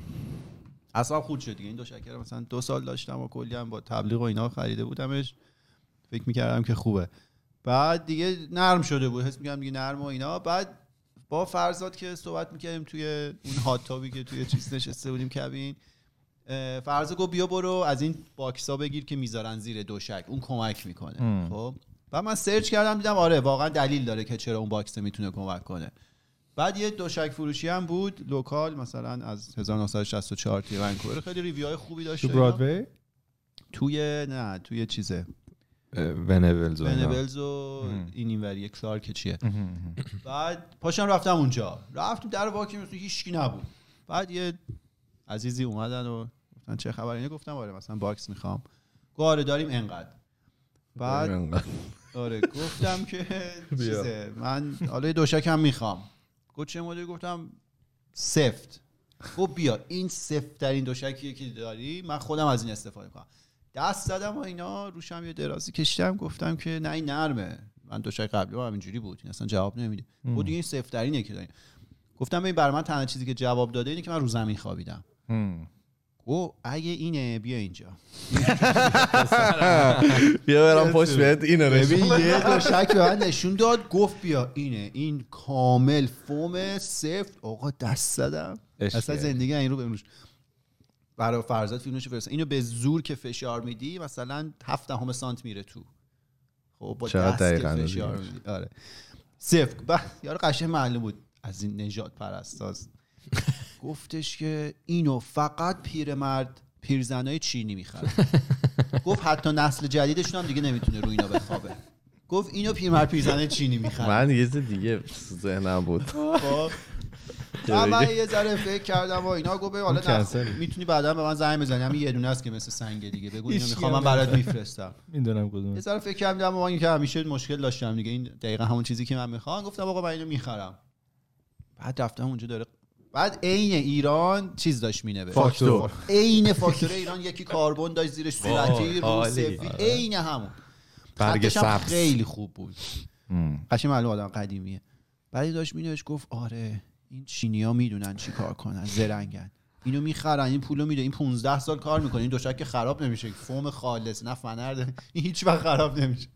اصلا خود شد دیگه این دوشکه رو مثلا دو سال داشتم و کلی هم با تبلیغ و اینا خریده بودمش فکر میکردم که خوبه بعد دیگه نرم شده بود حس میکردم دیگه نرم و اینا بعد با فرزاد که صحبت میکردیم توی اون هاتابی که توی چیز نشسته بودیم کبین اه، فرزاد گفت بیا برو از این باکسا بگیر که میذارن زیر دوشک اون کمک میکنه خب بعد من سرچ کردم دیدم آره واقعا دلیل داره که چرا اون باکسه میتونه کمک کنه بعد یه دوشک فروشی هم بود لوکال مثلا از 1964 توی ونکوور خیلی ریویوهای خوبی داشت
تو
و اینا.
برادوی
توی نه توی چیزه
اه، ونولز و اینا.
ونبلز و این اینوری کلارک چیه بعد پاشم رفتم اونجا رفتیم در واکی مثل هیچکی نبود بعد یه عزیزی اومدن و گفتن چه خبر اینه گفتم آره مثلا باکس میخوام گاره داریم انقدر بعد آره گفتم که چیزه من حالا یه دوشک هم میخوام گفت چه مدلی گفتم سفت گفت بیا این سفت ترین دوشکیه که داری من خودم از این استفاده کنم دست زدم و اینا روشم یه درازی کشیدم گفتم که نه این نرمه من دوشک قبلی هم همینجوری بود این اصلا جواب نمیده بود دیگه این سفت ترینه که داری گفتم ببین برای من تنها چیزی که جواب داده اینه که من رو زمین خوابیدم گفت اگه اینه بیا اینجا
یه برم پشت بهت اینو نشون
ببین یه دوشک به من نشون داد گفت بیا اینه این کامل فوم سفت آقا دست زدم
عشقه.
اصلا زندگی این رو بمروش برای فرزاد فیلمش فرست اینو به زور که فشار میدی مثلا هفت دهم سانت میره تو خب با
چقدر
دست که
دقیقاً
فشار
دیدیمش.
میدی آره سفت بعد یارو قشنگ معلوم بود از این نجات پرستاست گفتش که اینو فقط پیرمرد پیرزنای چینی میخرن گفت حتی نسل جدیدشون هم دیگه نمیتونه روی اینا بخوابه گفت اینو پیرمرد پیرزنای چینی میخرن
من یه چیز دیگه تو ذهنم بود
خب. و من یه ذره فکر کردم و اینا گفت ببین حالا
اون
نخ-
کنسله.
میتونی بعدا به من زنگ بزنی همین یه دونه است که مثل سنگ دیگه بگو اینو
هیچ
میخوام
کی
من
هم
برات میفرستم
میدونم کدوم
یه ذره فکر کردم و من که همیشه مشکل داشتم دیگه این دقیقا همون چیزی که من میخوام گفتم آقا من اینو میخرم بعد رفتم اونجا داره بعد عین ایران چیز داشت مینوشت
فاکتور
عین فاکتور ایران یکی کاربن داشت زیرش صورتی رو
عالی. آره.
سفید عین همون
برگ
خطش هم
سبز.
خیلی خوب بود قشنگ معلوم آدم قدیمیه بعدی داشت مینوش گفت آره این چینیا میدونن چی کار کنن زرنگن اینو میخرن این پولو میده این 15 سال کار میکنه این دوشک که خراب نمیشه فوم خالص نه فنر داره. این هیچ وقت خراب نمیشه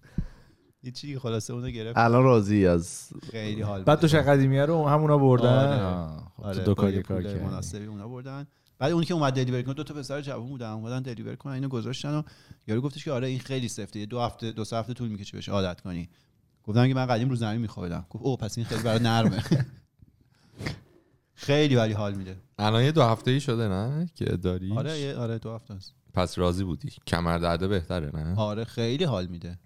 هیچی خلاصه اونو گرفت
الان راضی از
خیلی حال
بعد دوشک قدیمیه رو همونا
آره.
بردن آه، خب تو
آره
دو
با
کار
یه
یه کار
پول
کردی
مناسبی اونا بردن بعد اونی که اومد دلیور کنه دو تا پسر جوون بودن اومدن دلیور کنن اینو گذاشتن و یارو گفتش که آره این خیلی سفته یه دو هفته دو سه هفته طول میکشه بهش عادت کنی گفتم که من قدیم رو زمین میخوابیدم گفت او پس این خیلی برای نرمه خیلی ولی حال میده
الان یه دو هفته ای شده نه که داری
آره یه- آره دو هفته است
پس راضی بودی کمر درده بهتره نه
آره خیلی حال میده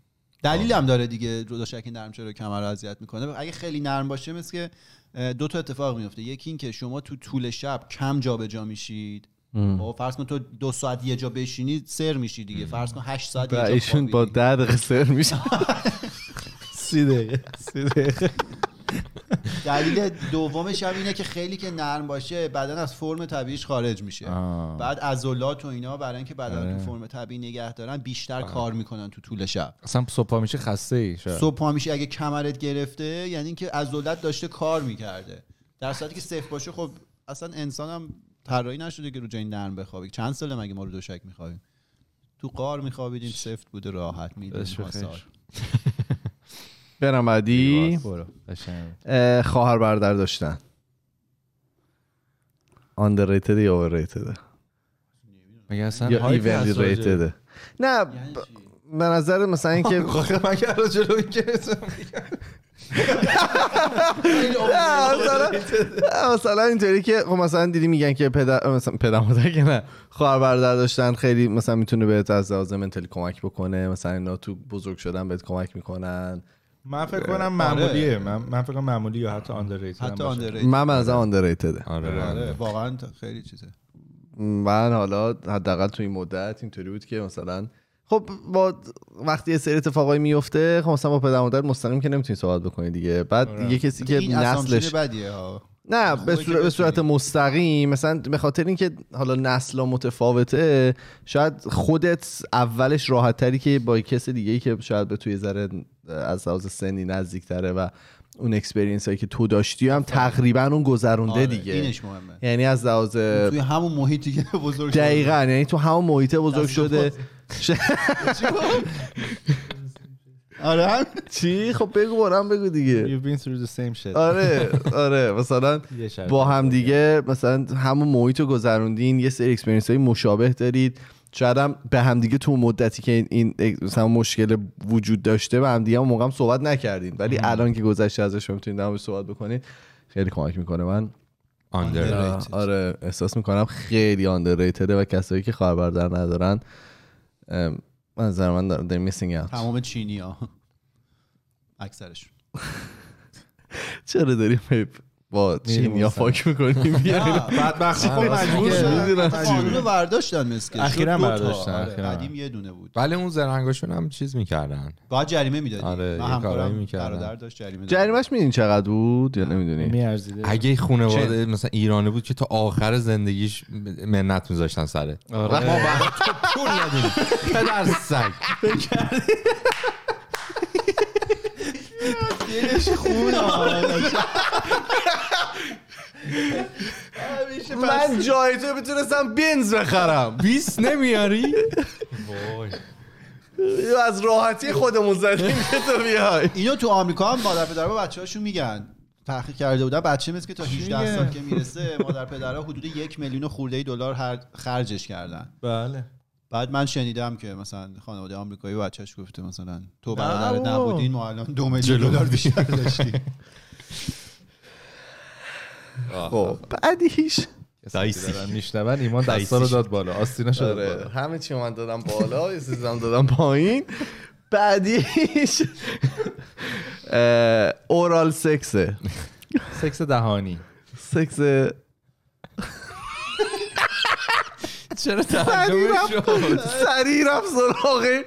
دلیلم داره دیگه رو دوشک نرم چرا کمر رو اذیت میکنه اگه خیلی نرم باشه مثل که اه، دو تا اتفاق میفته یکی این که شما تو طول شب کم جابجا میشید با فرض کن تو دو ساعت یه جا بشینی سر میشی دیگه فرض کن 8 ساعت یه
و
جا
ایشون با
خوابیدی.
در دقیقه سر میشه
سی دقیقه سی دقیقه
دلیل دومش هم اینه که خیلی که نرم باشه بدن از فرم طبیعیش خارج میشه
آه.
بعد عضلات و اینا برای اینکه بدن
آره.
رو تو فرم طبیعی نگه دارن بیشتر کار میکنن تو طول شب
اصلا صبح پا میشه خسته ای شاید
صبح پا میشه اگه کمرت گرفته یعنی اینکه عضلات داشته کار میکرده در صورتی که صفر باشه خب اصلا انسان هم طراحی نشده که رو جای نرم بخوابه چند ساله مگه ما رو دوشک میخوابیم تو قار میخوابیدیم سفت بوده راحت
دست به
میدیم
خیر.
برم بعدی
برو قشنگ.
اه، خواهر برادر داشتن underrated یا overrated
مگه اصلا
یا
hype
evenly
هست راجع به- یعنی
rated نه ب- به نظر مثلا اینکه
آخه مگه الان جلو این که
نه، مثلا نه، مثلا اینطوری که خب مثلا دیدی میگن که پدر مثلا پدر مادر که نه خواهر برادر داشتن خیلی مثلا میتونه بهت از لحاظ منتالی کمک بکنه مثلا اینا تو بزرگ شدن بهت کمک میکنن
من فکر کنم معمولیه من من فکر کنم معمولی یا حتی underrated هم باشه.
حتی آندرریتد
من از آندرریتده
آره
آره واقعا تا- خیلی چیزه
من حالا حداقل تو این مدت اینطوری بود که مثلا خب با وقتی یه سری اتفاقایی میفته خب مثلا با پدر مادر مستقیم که نمیتونی صحبت بکنی دیگه بعد یه کسی که
آره. این
نسلش
نسلش بدیه ها
نه
خوبه
به
که
صورت, به
بتونی.
صورت مستقیم مثلا به خاطر اینکه حالا نسلا متفاوته شاید خودت اولش راحت تری که با کس دیگه ای که شاید به توی ذره از لحاظ سنی نزدیک تره و اون اکسپرینس هایی که تو داشتی هم تقریبا اون گذرونده
آره،
دیگه
اینش مهمه
یعنی از لحاظ
توی همون محیطی که بزرگ شدی.
دقیقا یعنی تو همون محیطه بزرگ
دستش
شده
چی گفت؟ آره هم
چی خب بگو برام بگو دیگه
You've been through the same shit
آره آره مثلا
یه شب.
با هم دیگه مثلا همون محیط رو گذروندین یه سری اکسپرینس های مشابه دارید شاید هم به همدیگه تو مدتی که این- این اک- مثلا مشکل وجود داشته به همدیگه هم موقع هم صحبت نکردین ولی الان که گذشته ازش میتونید در موردش صحبت بکنید خیلی کمک میکنه من
آندر
آه، آره احساس میکنم خیلی آندرریتده و کسایی که خواهر برادر ندارن ام، من نظر من دارم they're missing out.
تمام چینی ها اکثرش
چرا داریم هی با چین یا فاک میکنیم
بدبختی
خب مجبور
دیگه.
شدن
آره.
می‌دونم
قانون رو برداشتن مسکه
اخیراً برداشتن، اخیراً.
آره، قدیم یه دونه بود
ولی اون زرنگاشون هم چیز میکردن
باید جریمه میدادی
آره،
من
یه کارایی
همکارم
می‌کردن.
برادر داشت جریمه داد.
جریمش میدین چقدر بود یا نمیدونی
میارزیده
اگه خونواده مثلا ایرانی بود که تا آخر زندگیش منت میذاشتن سره
آره.
پول ندیم پدر سگ
دلش خون آره.
من جای تو میتونستم بنز بخرم
20 نمیاری
از راحتی خودمون زدیم که تو بیای
اینو تو آمریکا هم مادر پدرها به بچه‌هاشون میگن تحقیق کرده بودن بچه مثل که تا 18 سال که میرسه مادر پدرها حدود یک میلیون و خورده دلار هر خرجش کردن
بله
بعد من شنیدم که مثلا خانواده آمریکایی به بچه‌ش گفته مثلا تو برادر نبودین ما الان دو میلیون دلار بیشتر داشتیم
خب بعدیش
دایسی دارن میشنون ایمان دستا رو داد بالا آستینا شد
آره
بالا
همه چی من دادم بالا یه چیزم دادم پایین بعدیش اه، اورال سکسه
سکس دهانی
سکس
چرا
سریع رفت سریع رفت سراغه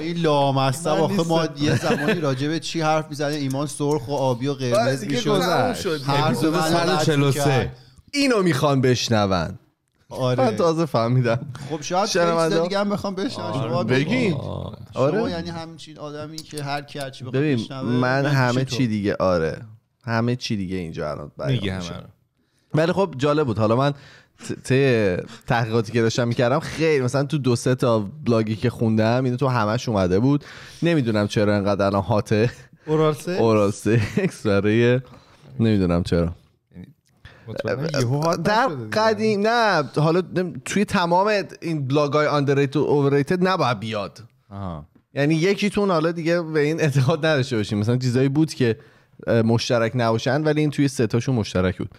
این لامصب
من
آخه ما
نیستم.
یه زمانی راجع به چی حرف میزنه ایمان سرخ و آبی و قرمز
دیگه
میشد
گذشت. شد.
هر دو
اپیزود
منو رد
143
می‌کرد.
اینو میخوان بشنون من
آره
تازه فهمیدم
خب شاید
شنونده
شنونده
ها؟
دیگه هم بخوام بشنم شما
بگین
خب.
آره
آره.
یعنی همچین آدمی که هر کی هر چی بخواد
ببین
بشنوه،
من
بگی
همه
یعنی تو.
چی دیگه آره همه چی دیگه اینجا الان بیان
میگه
میشه.
همه رو
ولی خب جالب بود حالا من ت- طی تحقیقاتی که داشتم میکردم خیلی مثلا تو دو سه تا بلاگی که خوندم اینو تو همش اومده بود نمیدونم چرا انقدر الان هاته
اورال سکس
اورال سکس برای نمیدونم چرا
مطمئنم یهو هات
در
نشده دیگه.
قدیم نه حالا نم- توی تمام این بلاگ های underrated و overrated نباید بیاد
آها.
یعنی یکیتون حالا دیگه به این اعتقاد نداشته باشیم مثلا چیزایی بود که اه، مشترک نباشن ولی این توی ستاشون مشترک بود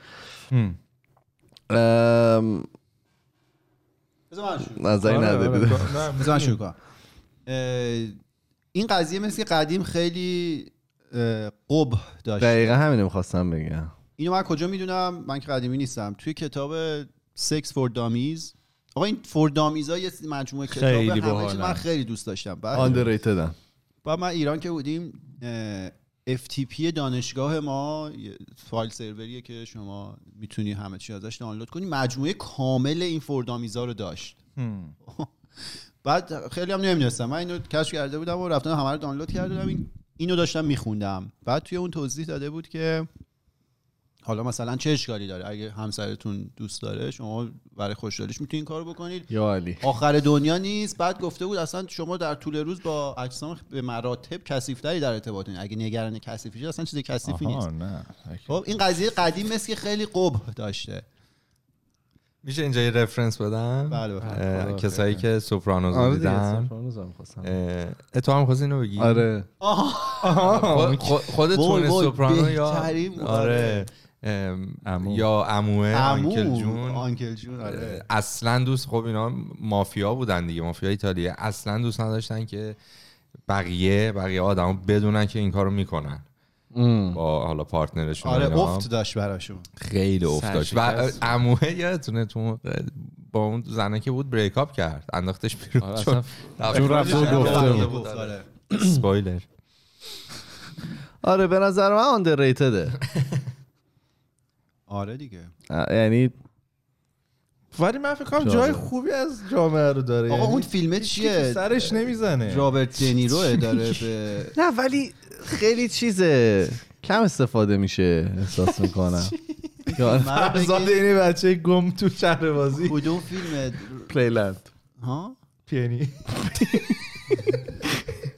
ام،
بذار من شروع کنم.
نظری
آره، آره.
نده
نه،
بذار من شروع کنم اه، این قضیه مثل که قدیم خیلی اه، قبح داشت
دقیقا همینو میخواستم بگم
اینو من کجا میدونم من که قدیمی نیستم توی کتاب سکس فور دامیز آقا این فور دامیز ها یه مجموعه کتاب
خیلی
همه چی
باحالن.
من خیلی دوست داشتم بله. بعد
underrated هم.
بعد من ایران که بودیم اه، FTP دانشگاه ما یه فایل سروریه که شما میتونی همه چی ازش دانلود کنی مجموعه کامل این فوردامیزا رو داشت
هم.
بعد خیلی هم نمیدونستم من اینو کشف کرده بودم و رفتم همه رو دانلود کرده بودم این اینو داشتم میخوندم بعد توی اون توضیح داده بود که حالا مثلا چه اشکالی داره اگه همسرتون دوست داره شما برای خوشحالیش میتونین کارو بکنید
یا علی
آخر دنیا نیست بعد گفته بود اصلا شما در طول روز با اجسام به مراتب کثیف‌تری در ارتباطین اگه نگران کثیفی شید، اصلا چیز کثیفی نیست
آها نه
خب این قضیه قدیم مثل که خیلی قبح داشته
میشه اینجا یه رفرنس بدم
بله، بله.
اه،
خدا
کسایی که سوپرانوز رو
آره دیگه،
دیدن
سوپرانوز هم خواستم.
اه، اه، تو هم خواستی اینو بگی
آره
خود- خود- خود تونی
وای،
سوپرانو یا
بهترین بود.
آره ام،
عمو.
یا عموه
عمو،
آنکل جون
آنکل جون آره
اصلا دوست خب اینا مافیا بودن دیگه مافیا ایتالیا اصلا دوست نداشتن که بقیه بقیه آدما بدونن که این کارو میکنن با حالا پارتنرشون و
آره
اینا.
افت داشت براشون
خیلی افتاش و عموه یادتونه تو با اون زنه که بود بریک اپ کرد انداختش بیرون
آره،
چون
چون رفته بود گفته
رفته
بود.
بود، آره.
آره.
اسپویلر
آره به نظر من آندرریتده
آره دیگه
یعنی
ولی من فکر کنم
جالب.
جای خوبی از جامعه رو داره
آقا
یعنی
اون فیلمه
هیچ کی تو
چیه
سرش نمیزنه
رابرت دنیرو داره به
نه ولی خیلی چیزه کم استفاده میشه احساس میکنم
من
فرزاد
بگید
این یعنی بچه گم تو شهر بازی
کدوم فیلمه
پلیلند
ها
پیانی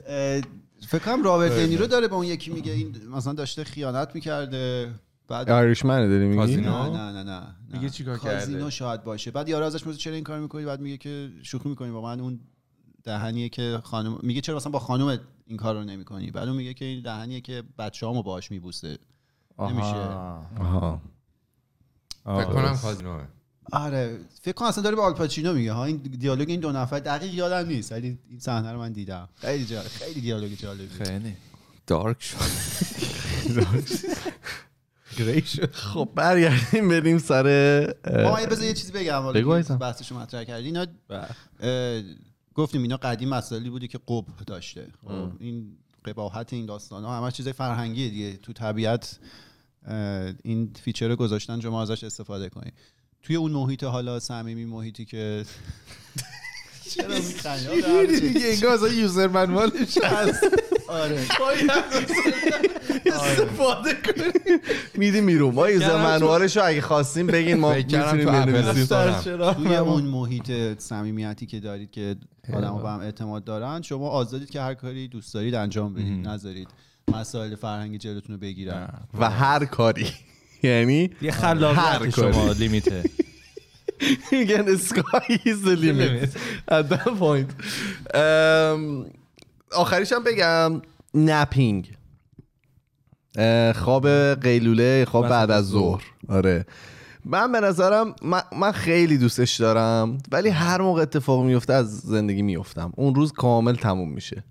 اه، فکر کنم رابرت دنیرو داره به اون یکی میگه این مثلا داشته خیانت میکرده بعد
آیریشمنه داری میگی
کازینو.
نه نه نه نه
میگه چیکار
کازینو
کرده؟
شاید باشه بعد یارو ازش میگه چرا این کار میکنی بعد میگه که شوخی میکنی با من اون دهنیه که خانم میگه چرا مثلا با خانم این کار رو نمیکنی بعد اون میگه که این دهنیه که بچه‌هامو باهاش میبوسه نمیشه
آها آره.
فکر کنم کازینوه
آره فکر کنم اصلا داره به آلپاچینو میگه ها این دیالوگ این دو نفر دقیق یادم نیست ولی این صحنه رو من دیدم خیلی جالب خیلی دیالوگ جالبی
خیلی
دارک شد
گری شد
خب برگردیم بریم سر
آقا
اه،
من بذار یه چیزی بگم حالا
بگو
که
عزیزم. بله.
بحثشو مطرح کردی اینا اه، گفتیم اینا قدیم مسائلی بوده که قب داشته خب، این قباحت این داستان ها همه چیز فرهنگی دیگه تو طبیعت اه، این فیچر رو گذاشتن شما ازش استفاده کنید توی اون محیط حالا صمیمی محیطی که چرا می‌خندی؟ آره،
دیگه انگار مثلا یوزر منوالش هست
آره
استفاده کنی
میدیم بیرون ما یوزر
کردم تو-
منوالش رو اگه خواستیم بگین ما
فکر کردم
میتونیم
تو اپل
بنویسیم
است.
بیشتر چرا
توی اون محیط صمیمیتی که دارید که آدما به هم اعتماد دارن شما آزادید که هر کاری دوست دارید انجام بدید نذارید مسائل فرهنگی جلوتون رو بگیرن
و هر کاری یعنی
یه
هر
خلاقیت
کاری.
شما لیمیته
میگن اسکای ایز لیمیت ات پوینت آخریش هم بگم نپینگ اه، خواب قیلوله خواب بعد از ظهر آره من به نظرم من, من خیلی دوستش دارم ولی هر موقع اتفاق میفته از زندگی میفتم اون روز کامل تموم میشه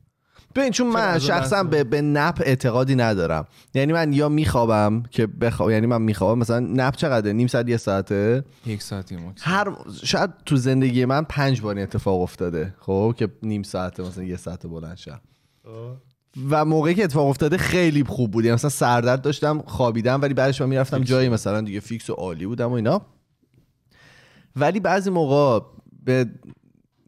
ببین چون من شخصا به, به نپ اعتقادی ندارم یعنی من یا میخوابم که بخواب یعنی من میخوابم مثلا نپ چقدره نیم ساعت یه ساعته
یک ساعتی ماکس
هر شاید تو زندگی من پنج بار این اتفاق افتاده خب که نیم ساعته مثلا یه ساعت بلند شم و موقعی که اتفاق افتاده خیلی خوب بود یعنی مثلا سردرد داشتم خوابیدم ولی بعدش من میرفتم جایی مثلا دیگه فیکس و عالی بودم و اینا ولی بعضی موقع به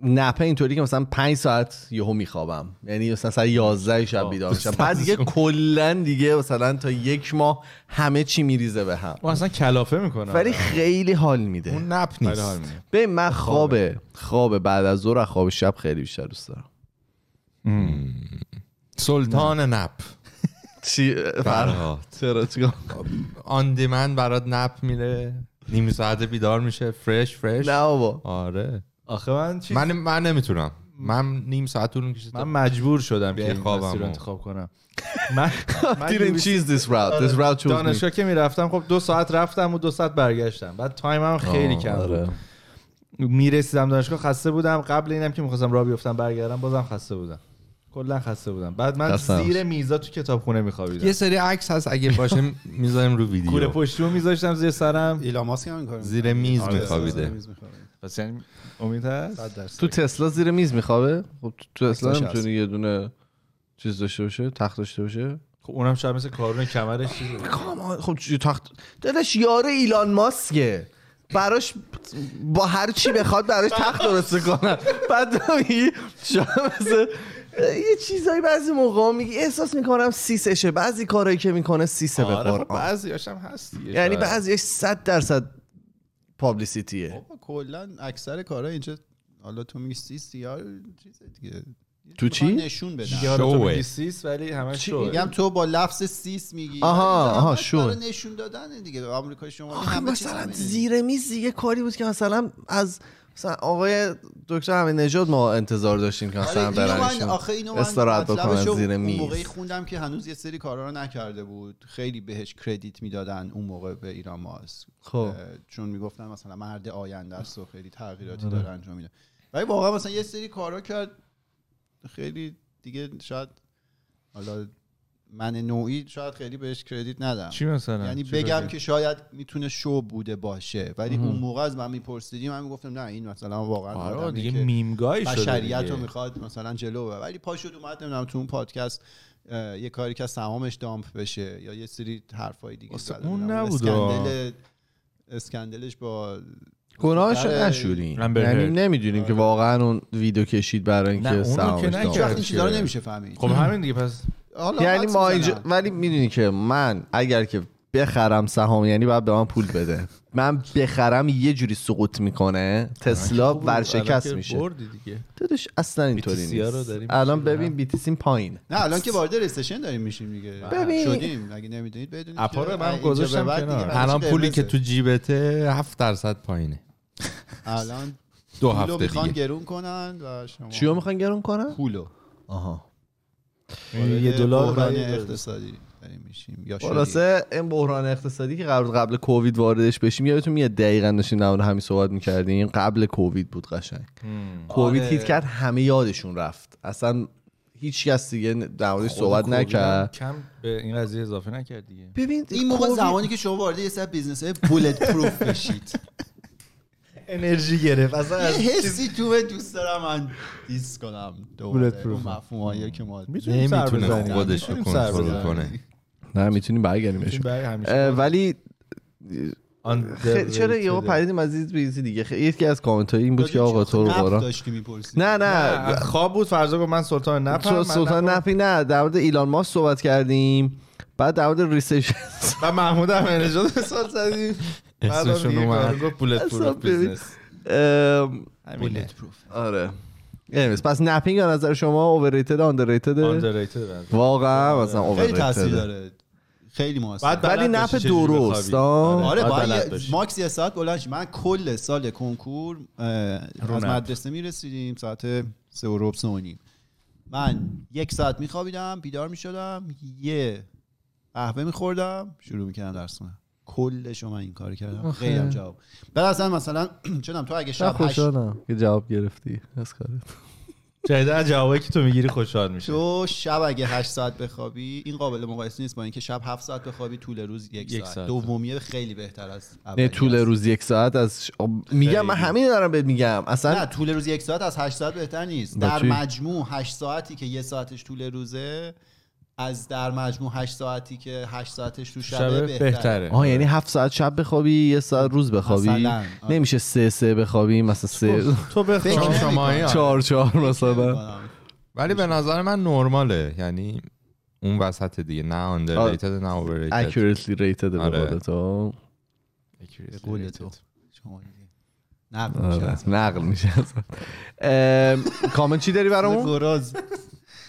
نپه اینطوری که مثلا پنج ساعت یهو میخوابم یعنی مثلا ساعت 11 شب بیدار میشم بعد دیگه کلا دیگه مثلا تا یک ماه همه چی میریزه به هم
خب، اصلا کلافه میکنه
ولی خیلی حال میده
اون نپ نیست
به من خواب خواب بعد از ظهر از خواب شب خیلی بیشتر دوست دارم
سلطان نپ
چی
فرهاد
چرا چیکار
آن دیمن برات نپ میره نیم ساعت بیدار میشه فرش فرش
نه بابا
آره
آخه من چیز
من من نمیتونم من نیم ساعت طول میکشه
من مجبور شدم که
بیا
این
خوابم
مسیر رو
رو.
انتخاب کنم من من
Didn't choose this route this route chose me.
دانشگاه که میرفتم خب دو ساعت رفتم و دو ساعت برگشتم بعد تایم هم خیلی
آه،
کم
آره.
بود میرسیدم دانشگاه خسته بودم قبل اینم که میخواستم راه بیفتم برگردم بازم خسته بودم کلا خسته بودم بعد من
خستم.
زیر میزا تو کتابخونه میخوابیدم
یه سری عکس هست اگه باشه میذاریم رو
کوره
ویدیو
پشتی رو میذاشتم زیر سرم
ایلان ماسک هم این کارو می‌کنه.
زیر میز
آره، زیر
میخوابیده
میز می‌خوابه.
پس یعنی امید هست
صد درصد.
تو تسلا زیر میز میخوابه خب تو- تو تسلا
عکساش
نمیتونی یه دونه چیز داشته باشه تخت داشته باشه
خب اونم شاید مثل کارون کمرش چیزه.
کامان خب چی تخت دلش یاره ایلان ماسکه براش با هر چی بخواد براش تخت درست کنن بعد تو میگی شما مثل یه چیزایی بعضی موقع میگی احساس میکنم سیسشه بعضی کارهایی که میکنه سیسه به
آره، خب
قرآن.
بعضی‌هاش هم هست دیگه
یعنی
شاید.
بعضیش صد درصد پابلیسیتیه
خب. بابا، کلا اکثر کارا اینجا حالا تو میگی سی سی آر چیز دیگه
تو چی؟
می‌خوان نشون بدن
یا-
یارو تو
شوه.
میگی سیس ولی همه
چی
شوه
میگم تو با لفظ سیس میگی
آها،
ولی
آها،
همش
شوه.
برای نشون دادن دیگه آمریکای شمالی
آخه
همه چیز
مثلا
همینه.
زیر میز یه کاری بود که مثلا از مثلا آقای دکتر همه نژاد ما انتظار داشتیم که
آره،
مثلا
اینو من-
برنشون
آخه اینو من
استراحت بکنن
مطلبشو
زیر
اون
میز
موقعی خوندم که هنوز یه سری کارا رو نکرده بود خیلی بهش کردیت میدادن اون موقع به ایران ماست
خب
چون میگفتن مثلا مرد آینده است و خیلی تغییراتی
آره.
داره انجام میده ولی واقعا مثلا یه سری کارا کرد خیلی دیگه شاید حالا من نوعی شاید خیلی بهش کردیت ندم
چی مثلا
یعنی
چی
بگم
بگی؟
که شاید میتونه شو بوده باشه ولی اون موقع از من میپرسیدی من میگفتم نه این مثلا واقعا
آره
آدمیه
دیگه
که
میمگای شده
بشریت رو
دیگه.
میخواد مثلا جلو ببره ولی پاشد اومد نمیدونم تو اون پادکست اه، یه کاری که از سهامش دامپ بشه یا یه سری حرفای دیگه
واسه
زد.
اون
نمیدونم
نبود.
اسکندل اسکندلش با
گناهش
آره.
نشوریم
Amber
یعنی
Heard.
نمیدونیم که واقعا اون ویدیو کشید برای
آره. نه،
اینکه
اونو که
سهامش
نکرد.
دام.
هیچ وقت این چیزا رو
که-
نمیشه فهمید
خب همین دیگه پس
حالا
یعنی
حدس
ما اینجا-
می‌زنن.
ولی میدونی که من اگر که بخرم سهام یعنی باید به من پول بده من بخرم یه جوری سقوط میکنه تسلا
خوب بود. آره. الان
ورشکست
که
میشه
بردی
خب،
دیگه
دادش اصلا اینطوری
BTC ها رو
نیست
داریم
الان
می‌شکنیم.
ببین بیتیسیم پایین
نه الان که وارد رسشن داریم میشیم دیگه
ببین.
شدیم اگه نمیدونید بدونید
اپا رو
که
من
اینجا به
گذاشتم
بعد دیگه
کنار.
برای
الان
چی
پولی
قرمزه؟
که تو جیبته 7 درصد پایینه
الان
دو
پولو
هفته
میخوان
دیگه
گرون کنن و شما
چیو میخوان گرون کنن
پولو
آها
یه دلار
بحران
برای دلار.
اقتصادی داریم میشیم یا شدیم.
خلاصه این بحران اقتصادی که قبل قبل کووید واردش بشیم یادتون میاد دقیقا داشتیم در مورد همین صحبت میکردیم قبل کووید بود قشنگ کووید
آره.
هیت کرد همه یادشون رفت اصلا هیچ کس دیگه در موردش
خب،
خود
صحبت
کووید هم
نکرد
کم به این قضیه اضافه نکرد دیگه
ببین
این موقع
کووید-
زمانی که شما وارد یه سر بیزنس های بولت پروف بشید
انرژی گرفت اصلا
یه حسی تو دوست دارم من دیس کنم
Bullet
بولت
proof.
پروف مفهوم هایی که ما
میتونیم سر
نمیتونه
بزنیم.
خودش رو
میتونیم سر
کنترل
بزنیم.
کنه
نه میتونیم برگردیمش
میتونیم برای همیشه.
اه، ولی
آن
خیلی- چرا یهو
underrated.
پریدیم از این ریزی دیگه خیلی- یکی از کامنت این بود که آقا تو رو قرآن
داشتی میپرسی
نه نه
نه، خواب بود فرضا گفت من سلطان نپم
تو
من
سلطان
نپم.
نفی نه در مورد ایلان ماسک صحبت کردیم بعد در مورد ریسش
و محمود هم نژاد مثال زدیم بعدم
اسمشون
دیگه
اومد.
کارو گفت بولت
اصلا
پروف
ببین.
بیزنس
ام،
همینه
آره anyways، پس نپینگ از نظر شما اوورریتد آندرریتد
underrated بنده.
واقعا مثلا
خیلی تاثیر
اوورریتد
داره خیلی موثر
بعد
ولی
بلد
نپ
باشی چجوری
درست،
بخوابی.
آه.
آره
باید
باید
بلد
بله.
یه-
باشی.
ماکس یه ساعت بلند شی. من کل سال کنکور اه، از
رونق.
مدرسه میرسیدیم ساعت سه و ربع سه و نیم من یک ساعت میخوابیدم بیدار میشدم یه قهوه میخوردم شروع میکردم درس کنم کلش رو من این کار کردم
آخه. خب،
خیلی جواب بعد اصلا مثلا چونم تو اگه شب هشت
خوشحالم که جواب گرفتی از کارت
جدیدا از جوابایی که تو میگیری خوشحال میشه
تو شب اگه 8 ساعت بخوابی این قابل مقایسه نیست با اینکه شب 7 ساعت بخوابی طول روز یک,
یک
ساعت.
ساعت.
دومیه خیلی بهتر از اولیه
نه طول
است.
روز یک ساعت از ش- آب- میگم من
خیلی.
همین دارم بهت میگم
نه
اصلا
طول روز یک ساعت از هشت ساعت بهتر نیست
با
در
چی؟
مجموع هشت ساعتی که یه ساعتش طول روزه از در مجموع هشت ساعتی که هشت ساعتش تو شبه,
شب
بهتره.
بهتره
آه یعنی هفت ساعت شب بخوابی یه ساعت روز بخوابی
مثلا، آره.
نمیشه سه سه بخوابی مثلا سه
تو
فکر
چون
بخواب
نمی‌کنم.
شما این آره.
چهار چهار مثلا
نمی‌کنم.
ولی به نظر من نرماله یعنی اون وسط دیگه نه آندرریتد نه اوورریتد
accurately rated به
آره.
قول تو
به قول تو شما دیگه. نقد می‌شه.
آره، نقل میشه اصلا. ام، کامنت چی داری برامون
گراز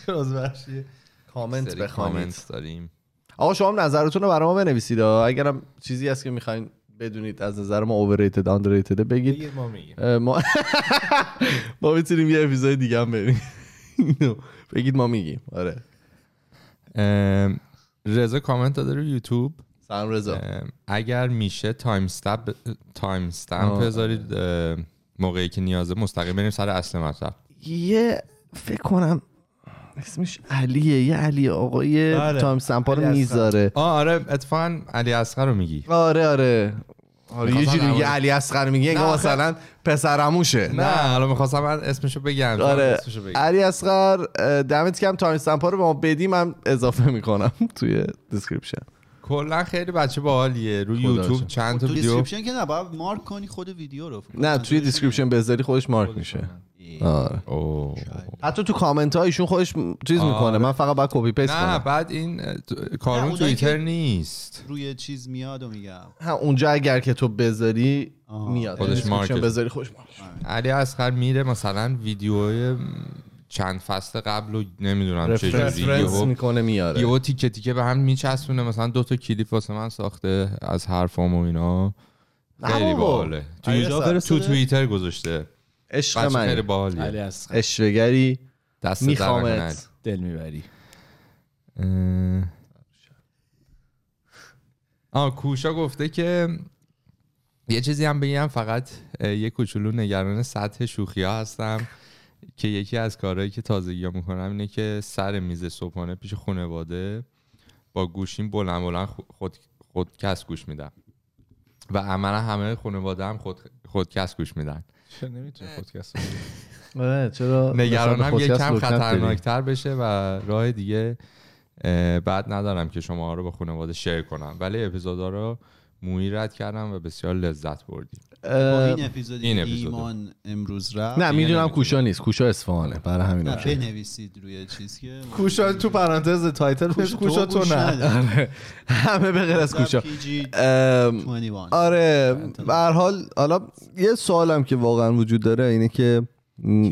رازبخشی
کامنت بخوانید
کامنت داریم
آقا شما هم نظرتون رو برای ما بنویسید ها. اگرم چیزی هست که میخواین بدونید از نظر ما overrated underrated بگید
دیگه ما میگیم
اه، ما ما میتونیم یه اپیزود دیگه هم بریم اینو بگید ما میگیم آره
ام، رضا کامنت داده رو یوتیوب
سلام رضا
ام، اگر میشه تایم استمپ تایم استمپ
آه.
بذارید ام، موقعی که نیازه مستقیم بریم سر اصل مطلب
یه فکر کنم اسمش علیه یه علی آقای
بله.
تایم سمپا رو
علی اصغر.
میذاره
آه آره اتفاقا علی اصغر رو میگی
آره آره آره یه
می‌خواستم
جوری
اول-
میگه علی اصغر میگه انگار
آخه-
مثلا پسرموشه
نه حالا میخواستم من اسمشو بگم
آره
اسمشو بگی.
علی اصغر اه، دمت کم تایم استمپا رو به ما بدی من اضافه میکنم توی دیسکریپشن
کلا خیلی بچه باحالیه رو
شکر.
یوتیوب چند تا
خب تو
ویدیو
دیسکریپشن که نه باید مارک کنی خود ویدیو رو
آره.
نه توی دیسکریپشن بذاری خودش مارک میشه آره
اوه.
حتی تو کامنت ها ایشون خودش م- چیز میکنه من فقط باید کپی پیست
آره. نه
کنم
بعد این اه، تو- کارون
نه، اونایی
توییتر
که-
نیست
روی چیز میاد و میگم
ها اونجا اگر که تو بذاری
آه.
میاد یعنی
خودش
دیسکریپشن
مارکه.
بذاری خودش مارک
علی اصغر میره مثلا ویدیوهای چند فصل قبل و نمیدونم چه جوری
رفرنس
یهو
میکنه میاره
یهو تیکه تیکه به هم میچسبونه مثلا دو تا کلیپ واسه من ساخته از حرفام و اینا خیلی
اما.
باحاله تو
علی
یوجا
اصلا.
تو توییتر گذاشته
عشق
بچه خیلی
من
علی
باحالیه
از
عشوهگری
دست در نکنه علی.
میخوامت
دل میبری
اه. آه کوشا گفته که یه چیزی هم بگم فقط اه، یه کوچولو نگران سطح شوخی ها هستم که یکی از کارهایی که تازگی ها میکنم اینه که سر میز صبحانه پیش خانواده با گوشیم بلند بلند خو- خود خودکست گوش میدم و عملا همه خانواده هم خود خودکست گوش میدن
چرا نمیتونی پادکست
آره، چرا
نگرانم
نسبت به
یکم
پادکست لکنت داری؟
خطرناکتر بشه و راه دیگه اه، بعد ندارم که شما رو با خانواده شیر کنم ولی اپیزودا رو مویی رد کردم و بسیار لذت بردیم
با
اه،
این اپیزود
این اپیزود.
ایمان امروز رفت یعنی
نه میدونم
نمی‌دونم.
کوشا نیست کوشا اصفهانه برای همین آره.
نه،
هم شد.
بنویسید روی چیز که
کوشا تو پرانتز تایتل
کوشا
کوشا, کوشا تو
گوش
نه
نده.
همه به غیر از کوشا
PG
ام،
21.
آره به هر حال حالا یه سوالم که واقعا وجود داره اینه که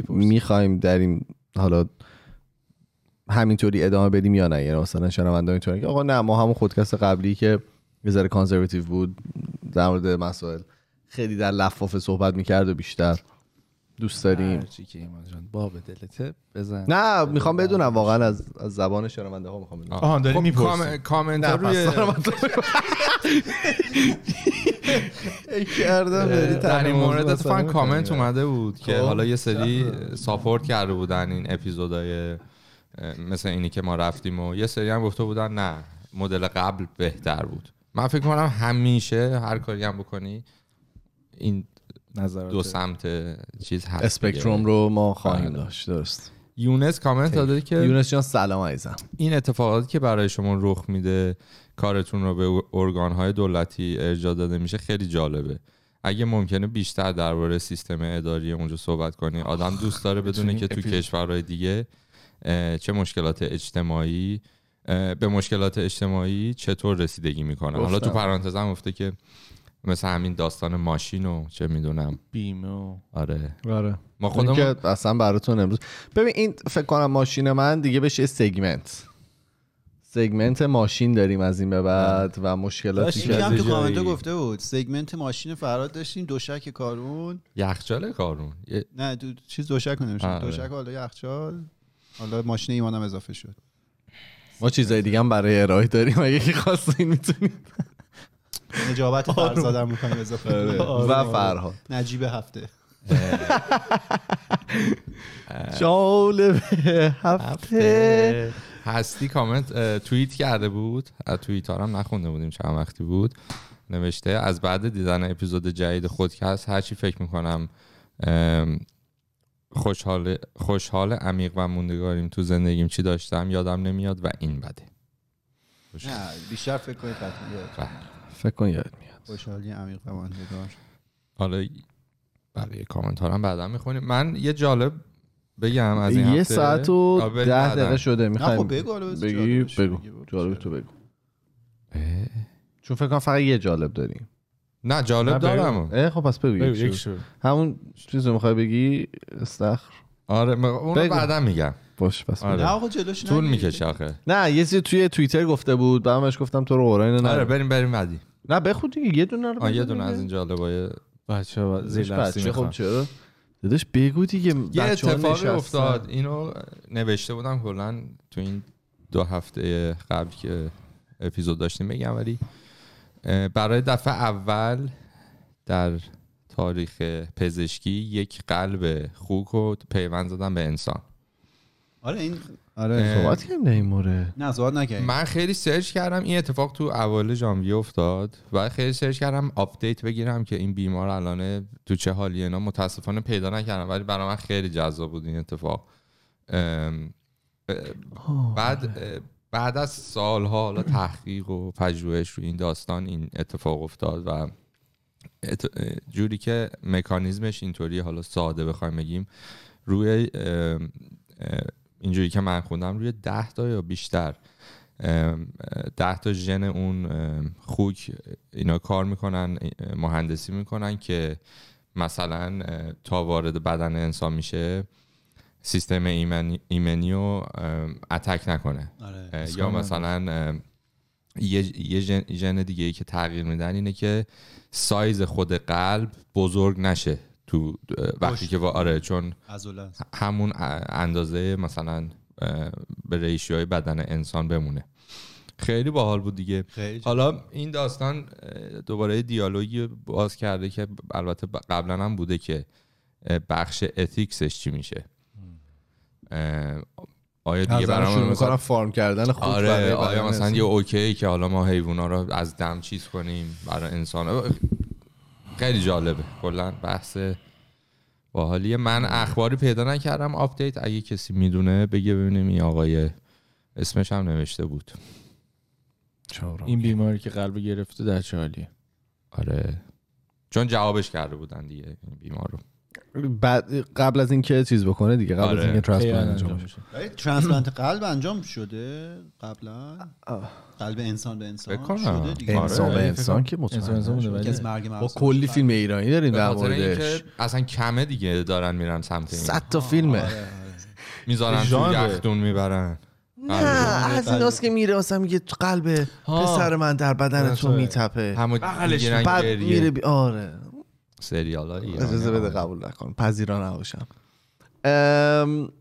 میخوایم در این حالا همینطوری ادامه بدیم یا نه یعنی مثلا شنونده اینطوری که آقا نه ما همون خودکست قبلی که یه ذره کانزرواتیو بود در مورد مسائل خیلی در لفافه صحبت میکرد و بیشتر دوست داریم
هرچی که ایمان جان باب دلته بزن
نه میخوام بدونم واقعا از, از زبان شنونده ها میخوام بدونم
آه.
آها، داری
خب،
می‌پرسی.
کام- کامنت
نه
ها
پس
روی
دارم
کردم داری
در این
تنها
مورد
موضوع
اتفاقا
اصلا
کامنت
می‌کنی.
اومده بود که
خب.
حالا یه سری ساپورت کرده بودن این اپیزودای اه، مثل اینی که ما رفتیم و یه سری هم گفته بودن نه مدل قبل بهتر بود من فکر کنم همیشه هر کاری هم بکنی این
نظرات
دو سمت چیز هست
اسپکتروم رو ما خواهیم
بله.
داشت درست
یونس کامنت داده که
یونس جان سلام عزیزم
این اتفاقاتی که برای شما رخ میده کارتون رو به ارگانهای دولتی ارجاع داده میشه خیلی جالبه اگه ممکنه بیشتر درباره سیستم اداری اونجا صحبت کنی آدم دوست داره بدونه که تو کشورهای دیگه اه، چه مشکلات اجتماعی اه، به مشکلات اجتماعی چطور رسیدگی میکنن حالا تو
گفتم.
پرانتزم گفته که مثل همین داستان ماشین و چه میدونم
بیمه و
آره
آره
ما
خودمون
خودمون
که اصلا براتون امروز ببین این فکر کنم ماشین من دیگه بشه سگمنت سگمنت ماشین داریم از این به بعد و مشکلاتی
داشتی
یکی
که
هم تو
جایی.
کامنت گفته بود سگمنت ماشین فراد داشتیم دوشک کارون
یخچال کارون یه-
نه دو چیز دوشک نمیشه
آره.
دوشک حالا یخچال حالا ماشین ایمانم اضافه شد
ما چیزای دیگه هم برای ارائه داریم اگه که خواستین میتونید
نجابت
آره.
فرزادم میکنیم اضافه کنیم.
آره.
و فرهاد
نجیب هفته
جالب هفته
هستی کامنت اه، توییت کرده بود از توییت هم نخونده بودیم چند وقتی بود نوشته از بعد دیدن اپیزود جدید خودکست هرچی فکر میکنم خوشحال خوشحال عمیق و موندگاریم تو زندگیم چی داشتم یادم نمیاد و این بده
نه بیشتر فکر کنید حتما یاد.
فکر کن یاد میاد
خوشحالی عمیق و ماندگار
حالا بقیه کامنت ها رو هم بعدا میخونیم من یه جالب بگم از این
یه
هفته.
ساعت و
آه، بریم
ده
بعداً.
دقیقه شده
نه
میخوایم
خب بگو حالا بس
بگی
جالبش
بگو
بگی، برو.
جالب تو بگو چون فکر کنم فقط یه جالب داریم
نه جالب
نه، بریم.
دارم
اه، خب پس بگو
بگو،
یک
یک
شو.
شو.
همون چیز رو میخوای بگی استخر
آره م- اونو
بگو.
بعدا میگم
باش پس
آره.
نه آقا جلوش
طول
نگیر.
میکشه آخه
نه یه چیزی توی توییتر گفته بود به همش گفتم تو رو قرآن نه
آره بریم بریم بعدی
نه بخود دیگه یه دونه رو
آه، یه
بده
دونه
دیگه.
از این جالبای
بچه ها زیر لفظی
بچه خب
میخوام
چرا داداش بگو دیگه
یه
بچه‌ها
اتفاقی
نشستن.
افتاد اینو نوشته بودم کلا تو این دو هفته قبل که اپیزود داشتیم بگم ولی اه، برای دفعه اول در تاریخ پزشکی یک قلب خوک و پیوند زدن به انسان
آره این
آره صحبت کردیم در این مورد
نه صحبت نکردیم
من خیلی سرچ کردم این اتفاق تو اول ژانویه افتاد و خیلی سرچ کردم آپدیت بگیرم که این بیمار الان تو چه حالیه اینا متاسفانه پیدا نکردم ولی برای من خیلی جذاب بود این اتفاق ام، اه، بعد اه، بعد از سالها حالا تحقیق و پژوهش رو این داستان این اتفاق افتاد و ات- اه، جوری که مکانیزمش اینطوری حالا ساده بخوایم بگیم روی ام، اه، اینجوری که من خوندم روی ده تا یا بیشتر ام، اه، ده تا ژن اون ام، خوک اینا کار میکنن اه، مهندسی میکنن که مثلا اه، تا وارد بدن انسان میشه سیستم ایمنی, ایمنی رو ام، اتک نکنه
آره،
اه، یا مثلا ام، یه یه ژن ژن دیگه ای که تغییر میدن اینه که سایز خود قلب بزرگ نشه تو اه، وقتی که وا- آره چون
عضله
همون اندازه مثلا اه، به ریشیای بدن انسان بمونه خیلی باحال بود دیگه
خیلی
حالا این داستان اه، دوباره دیالوگی باز کرده که البته ب- قبلا هم بوده که اه، بخش اتیکسش چی میشه اه، آیا دیگه
از شروع
برامون
میکنم
مثلا
فارم کردن خود برای-
آره
برای
آیا مثلا
انسان.
یه اوکی که حالا ما حیونا رو از دم چیز کنیم برای انسان خیلی جالبه کلا بحث باحالیه من اخباری پیدا نکردم آپدیت اگه کسی میدونه بگه ببینیم این آقای اسمش هم نوشته بود
این بیماری که قلب گرفته در چه حالیه
آره چون جوابش کرده بودن دیگه این بیمار رو
بعد قبل از اینکه چیز بکنه دیگه قبل
آره.
از اینکه
کی
ترانسپلانت
انجام
انجام بشه
میشه؟
ولی ترانسپلانت قلب انجام شده قبلا قلب انسان به
فکر
انسان
کنم.
شده دیگه
آره.
انسان به انسان که
انسان انسان بوده،
مطمئن
ولی-
یکی از مرگ
با
مغز
کلی فیلم ایرانی داریم
به
در
خاطر
موردش
اینکه اصلا کمه دیگه دارن میرن سمت این
صد تا فیلمه
آره.
میذارن تو
ژانره.
یختون میبرن آره.
از ایناست که میره مثلا میگه قلب پسر من در بدن تو میتپه
همو میگیرن
بعد
آره. گریه. آره.
میره بی... آره
سریال های
اجازه بده قبول نکن پذیرا نباشم ام،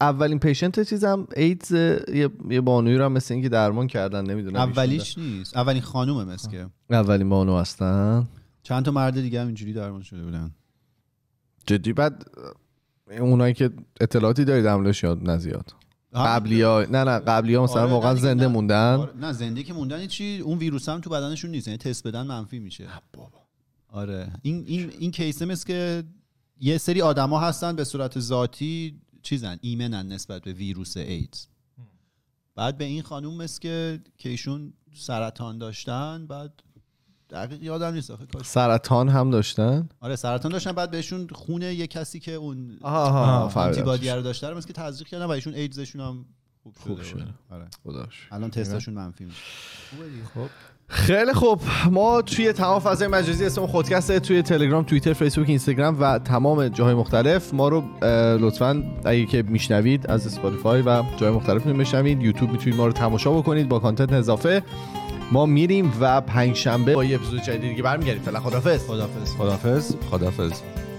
اولین پیشنت چیزم ایدز یه یه بانویی رو هم مثل اینکه درمان کردن نمیدونم
اولیش نیست اولین خانومه مثل که
اولین بانو هستن
چند تا مرد دیگه هم اینجوری درمان شده بودن
جدی بعد اونایی که اطلاعاتی دارید عملش یاد نزیاد قبلی ها نه نه قبلی ها مثلا
آره، نه
واقعا
دیگه
زنده
نه.
موندن
آره، نه زنده که موندن چی اون ویروس هم تو بدنشون نیست یعنی تست بدن منفی میشه بابا آره این این این کیسه مثل که یه سری آدما هستن به صورت ذاتی چیزن ایمنن نسبت به ویروس ایدز بعد به این خانوم مثل که که ایشون سرطان داشتن بعد دقیق یادم نیست آخه کاش
سرطان هم داشتن
آره سرطان داشتن بعد بهشون خونه یه کسی که اون
آها آها
آنتیبادی رو داشته رو مثل که تزریق کردن و ایشون ایدزشون هم خوب شده,
خوب شده.
آره. الان تستاشون منفی میشه خوبه دیگه.
خیلی خوب ما توی تمام فضای مجازی اسم خودکسته توی تلگرام توییتر فیسبوک اینستاگرام و تمام جاهای مختلف ما رو اه، لطفا اگه که میشنوید از اسپاتیفای و جای مختلف میتونید بشنوید یوتیوب میتونید ما رو تماشا بکنید با کانتنت اضافه ما میریم و پنج شنبه با یه اپیزود جدید دیگه برمیگردیم فعلا خدافظ
خداحافظ
خدافظ
خدافز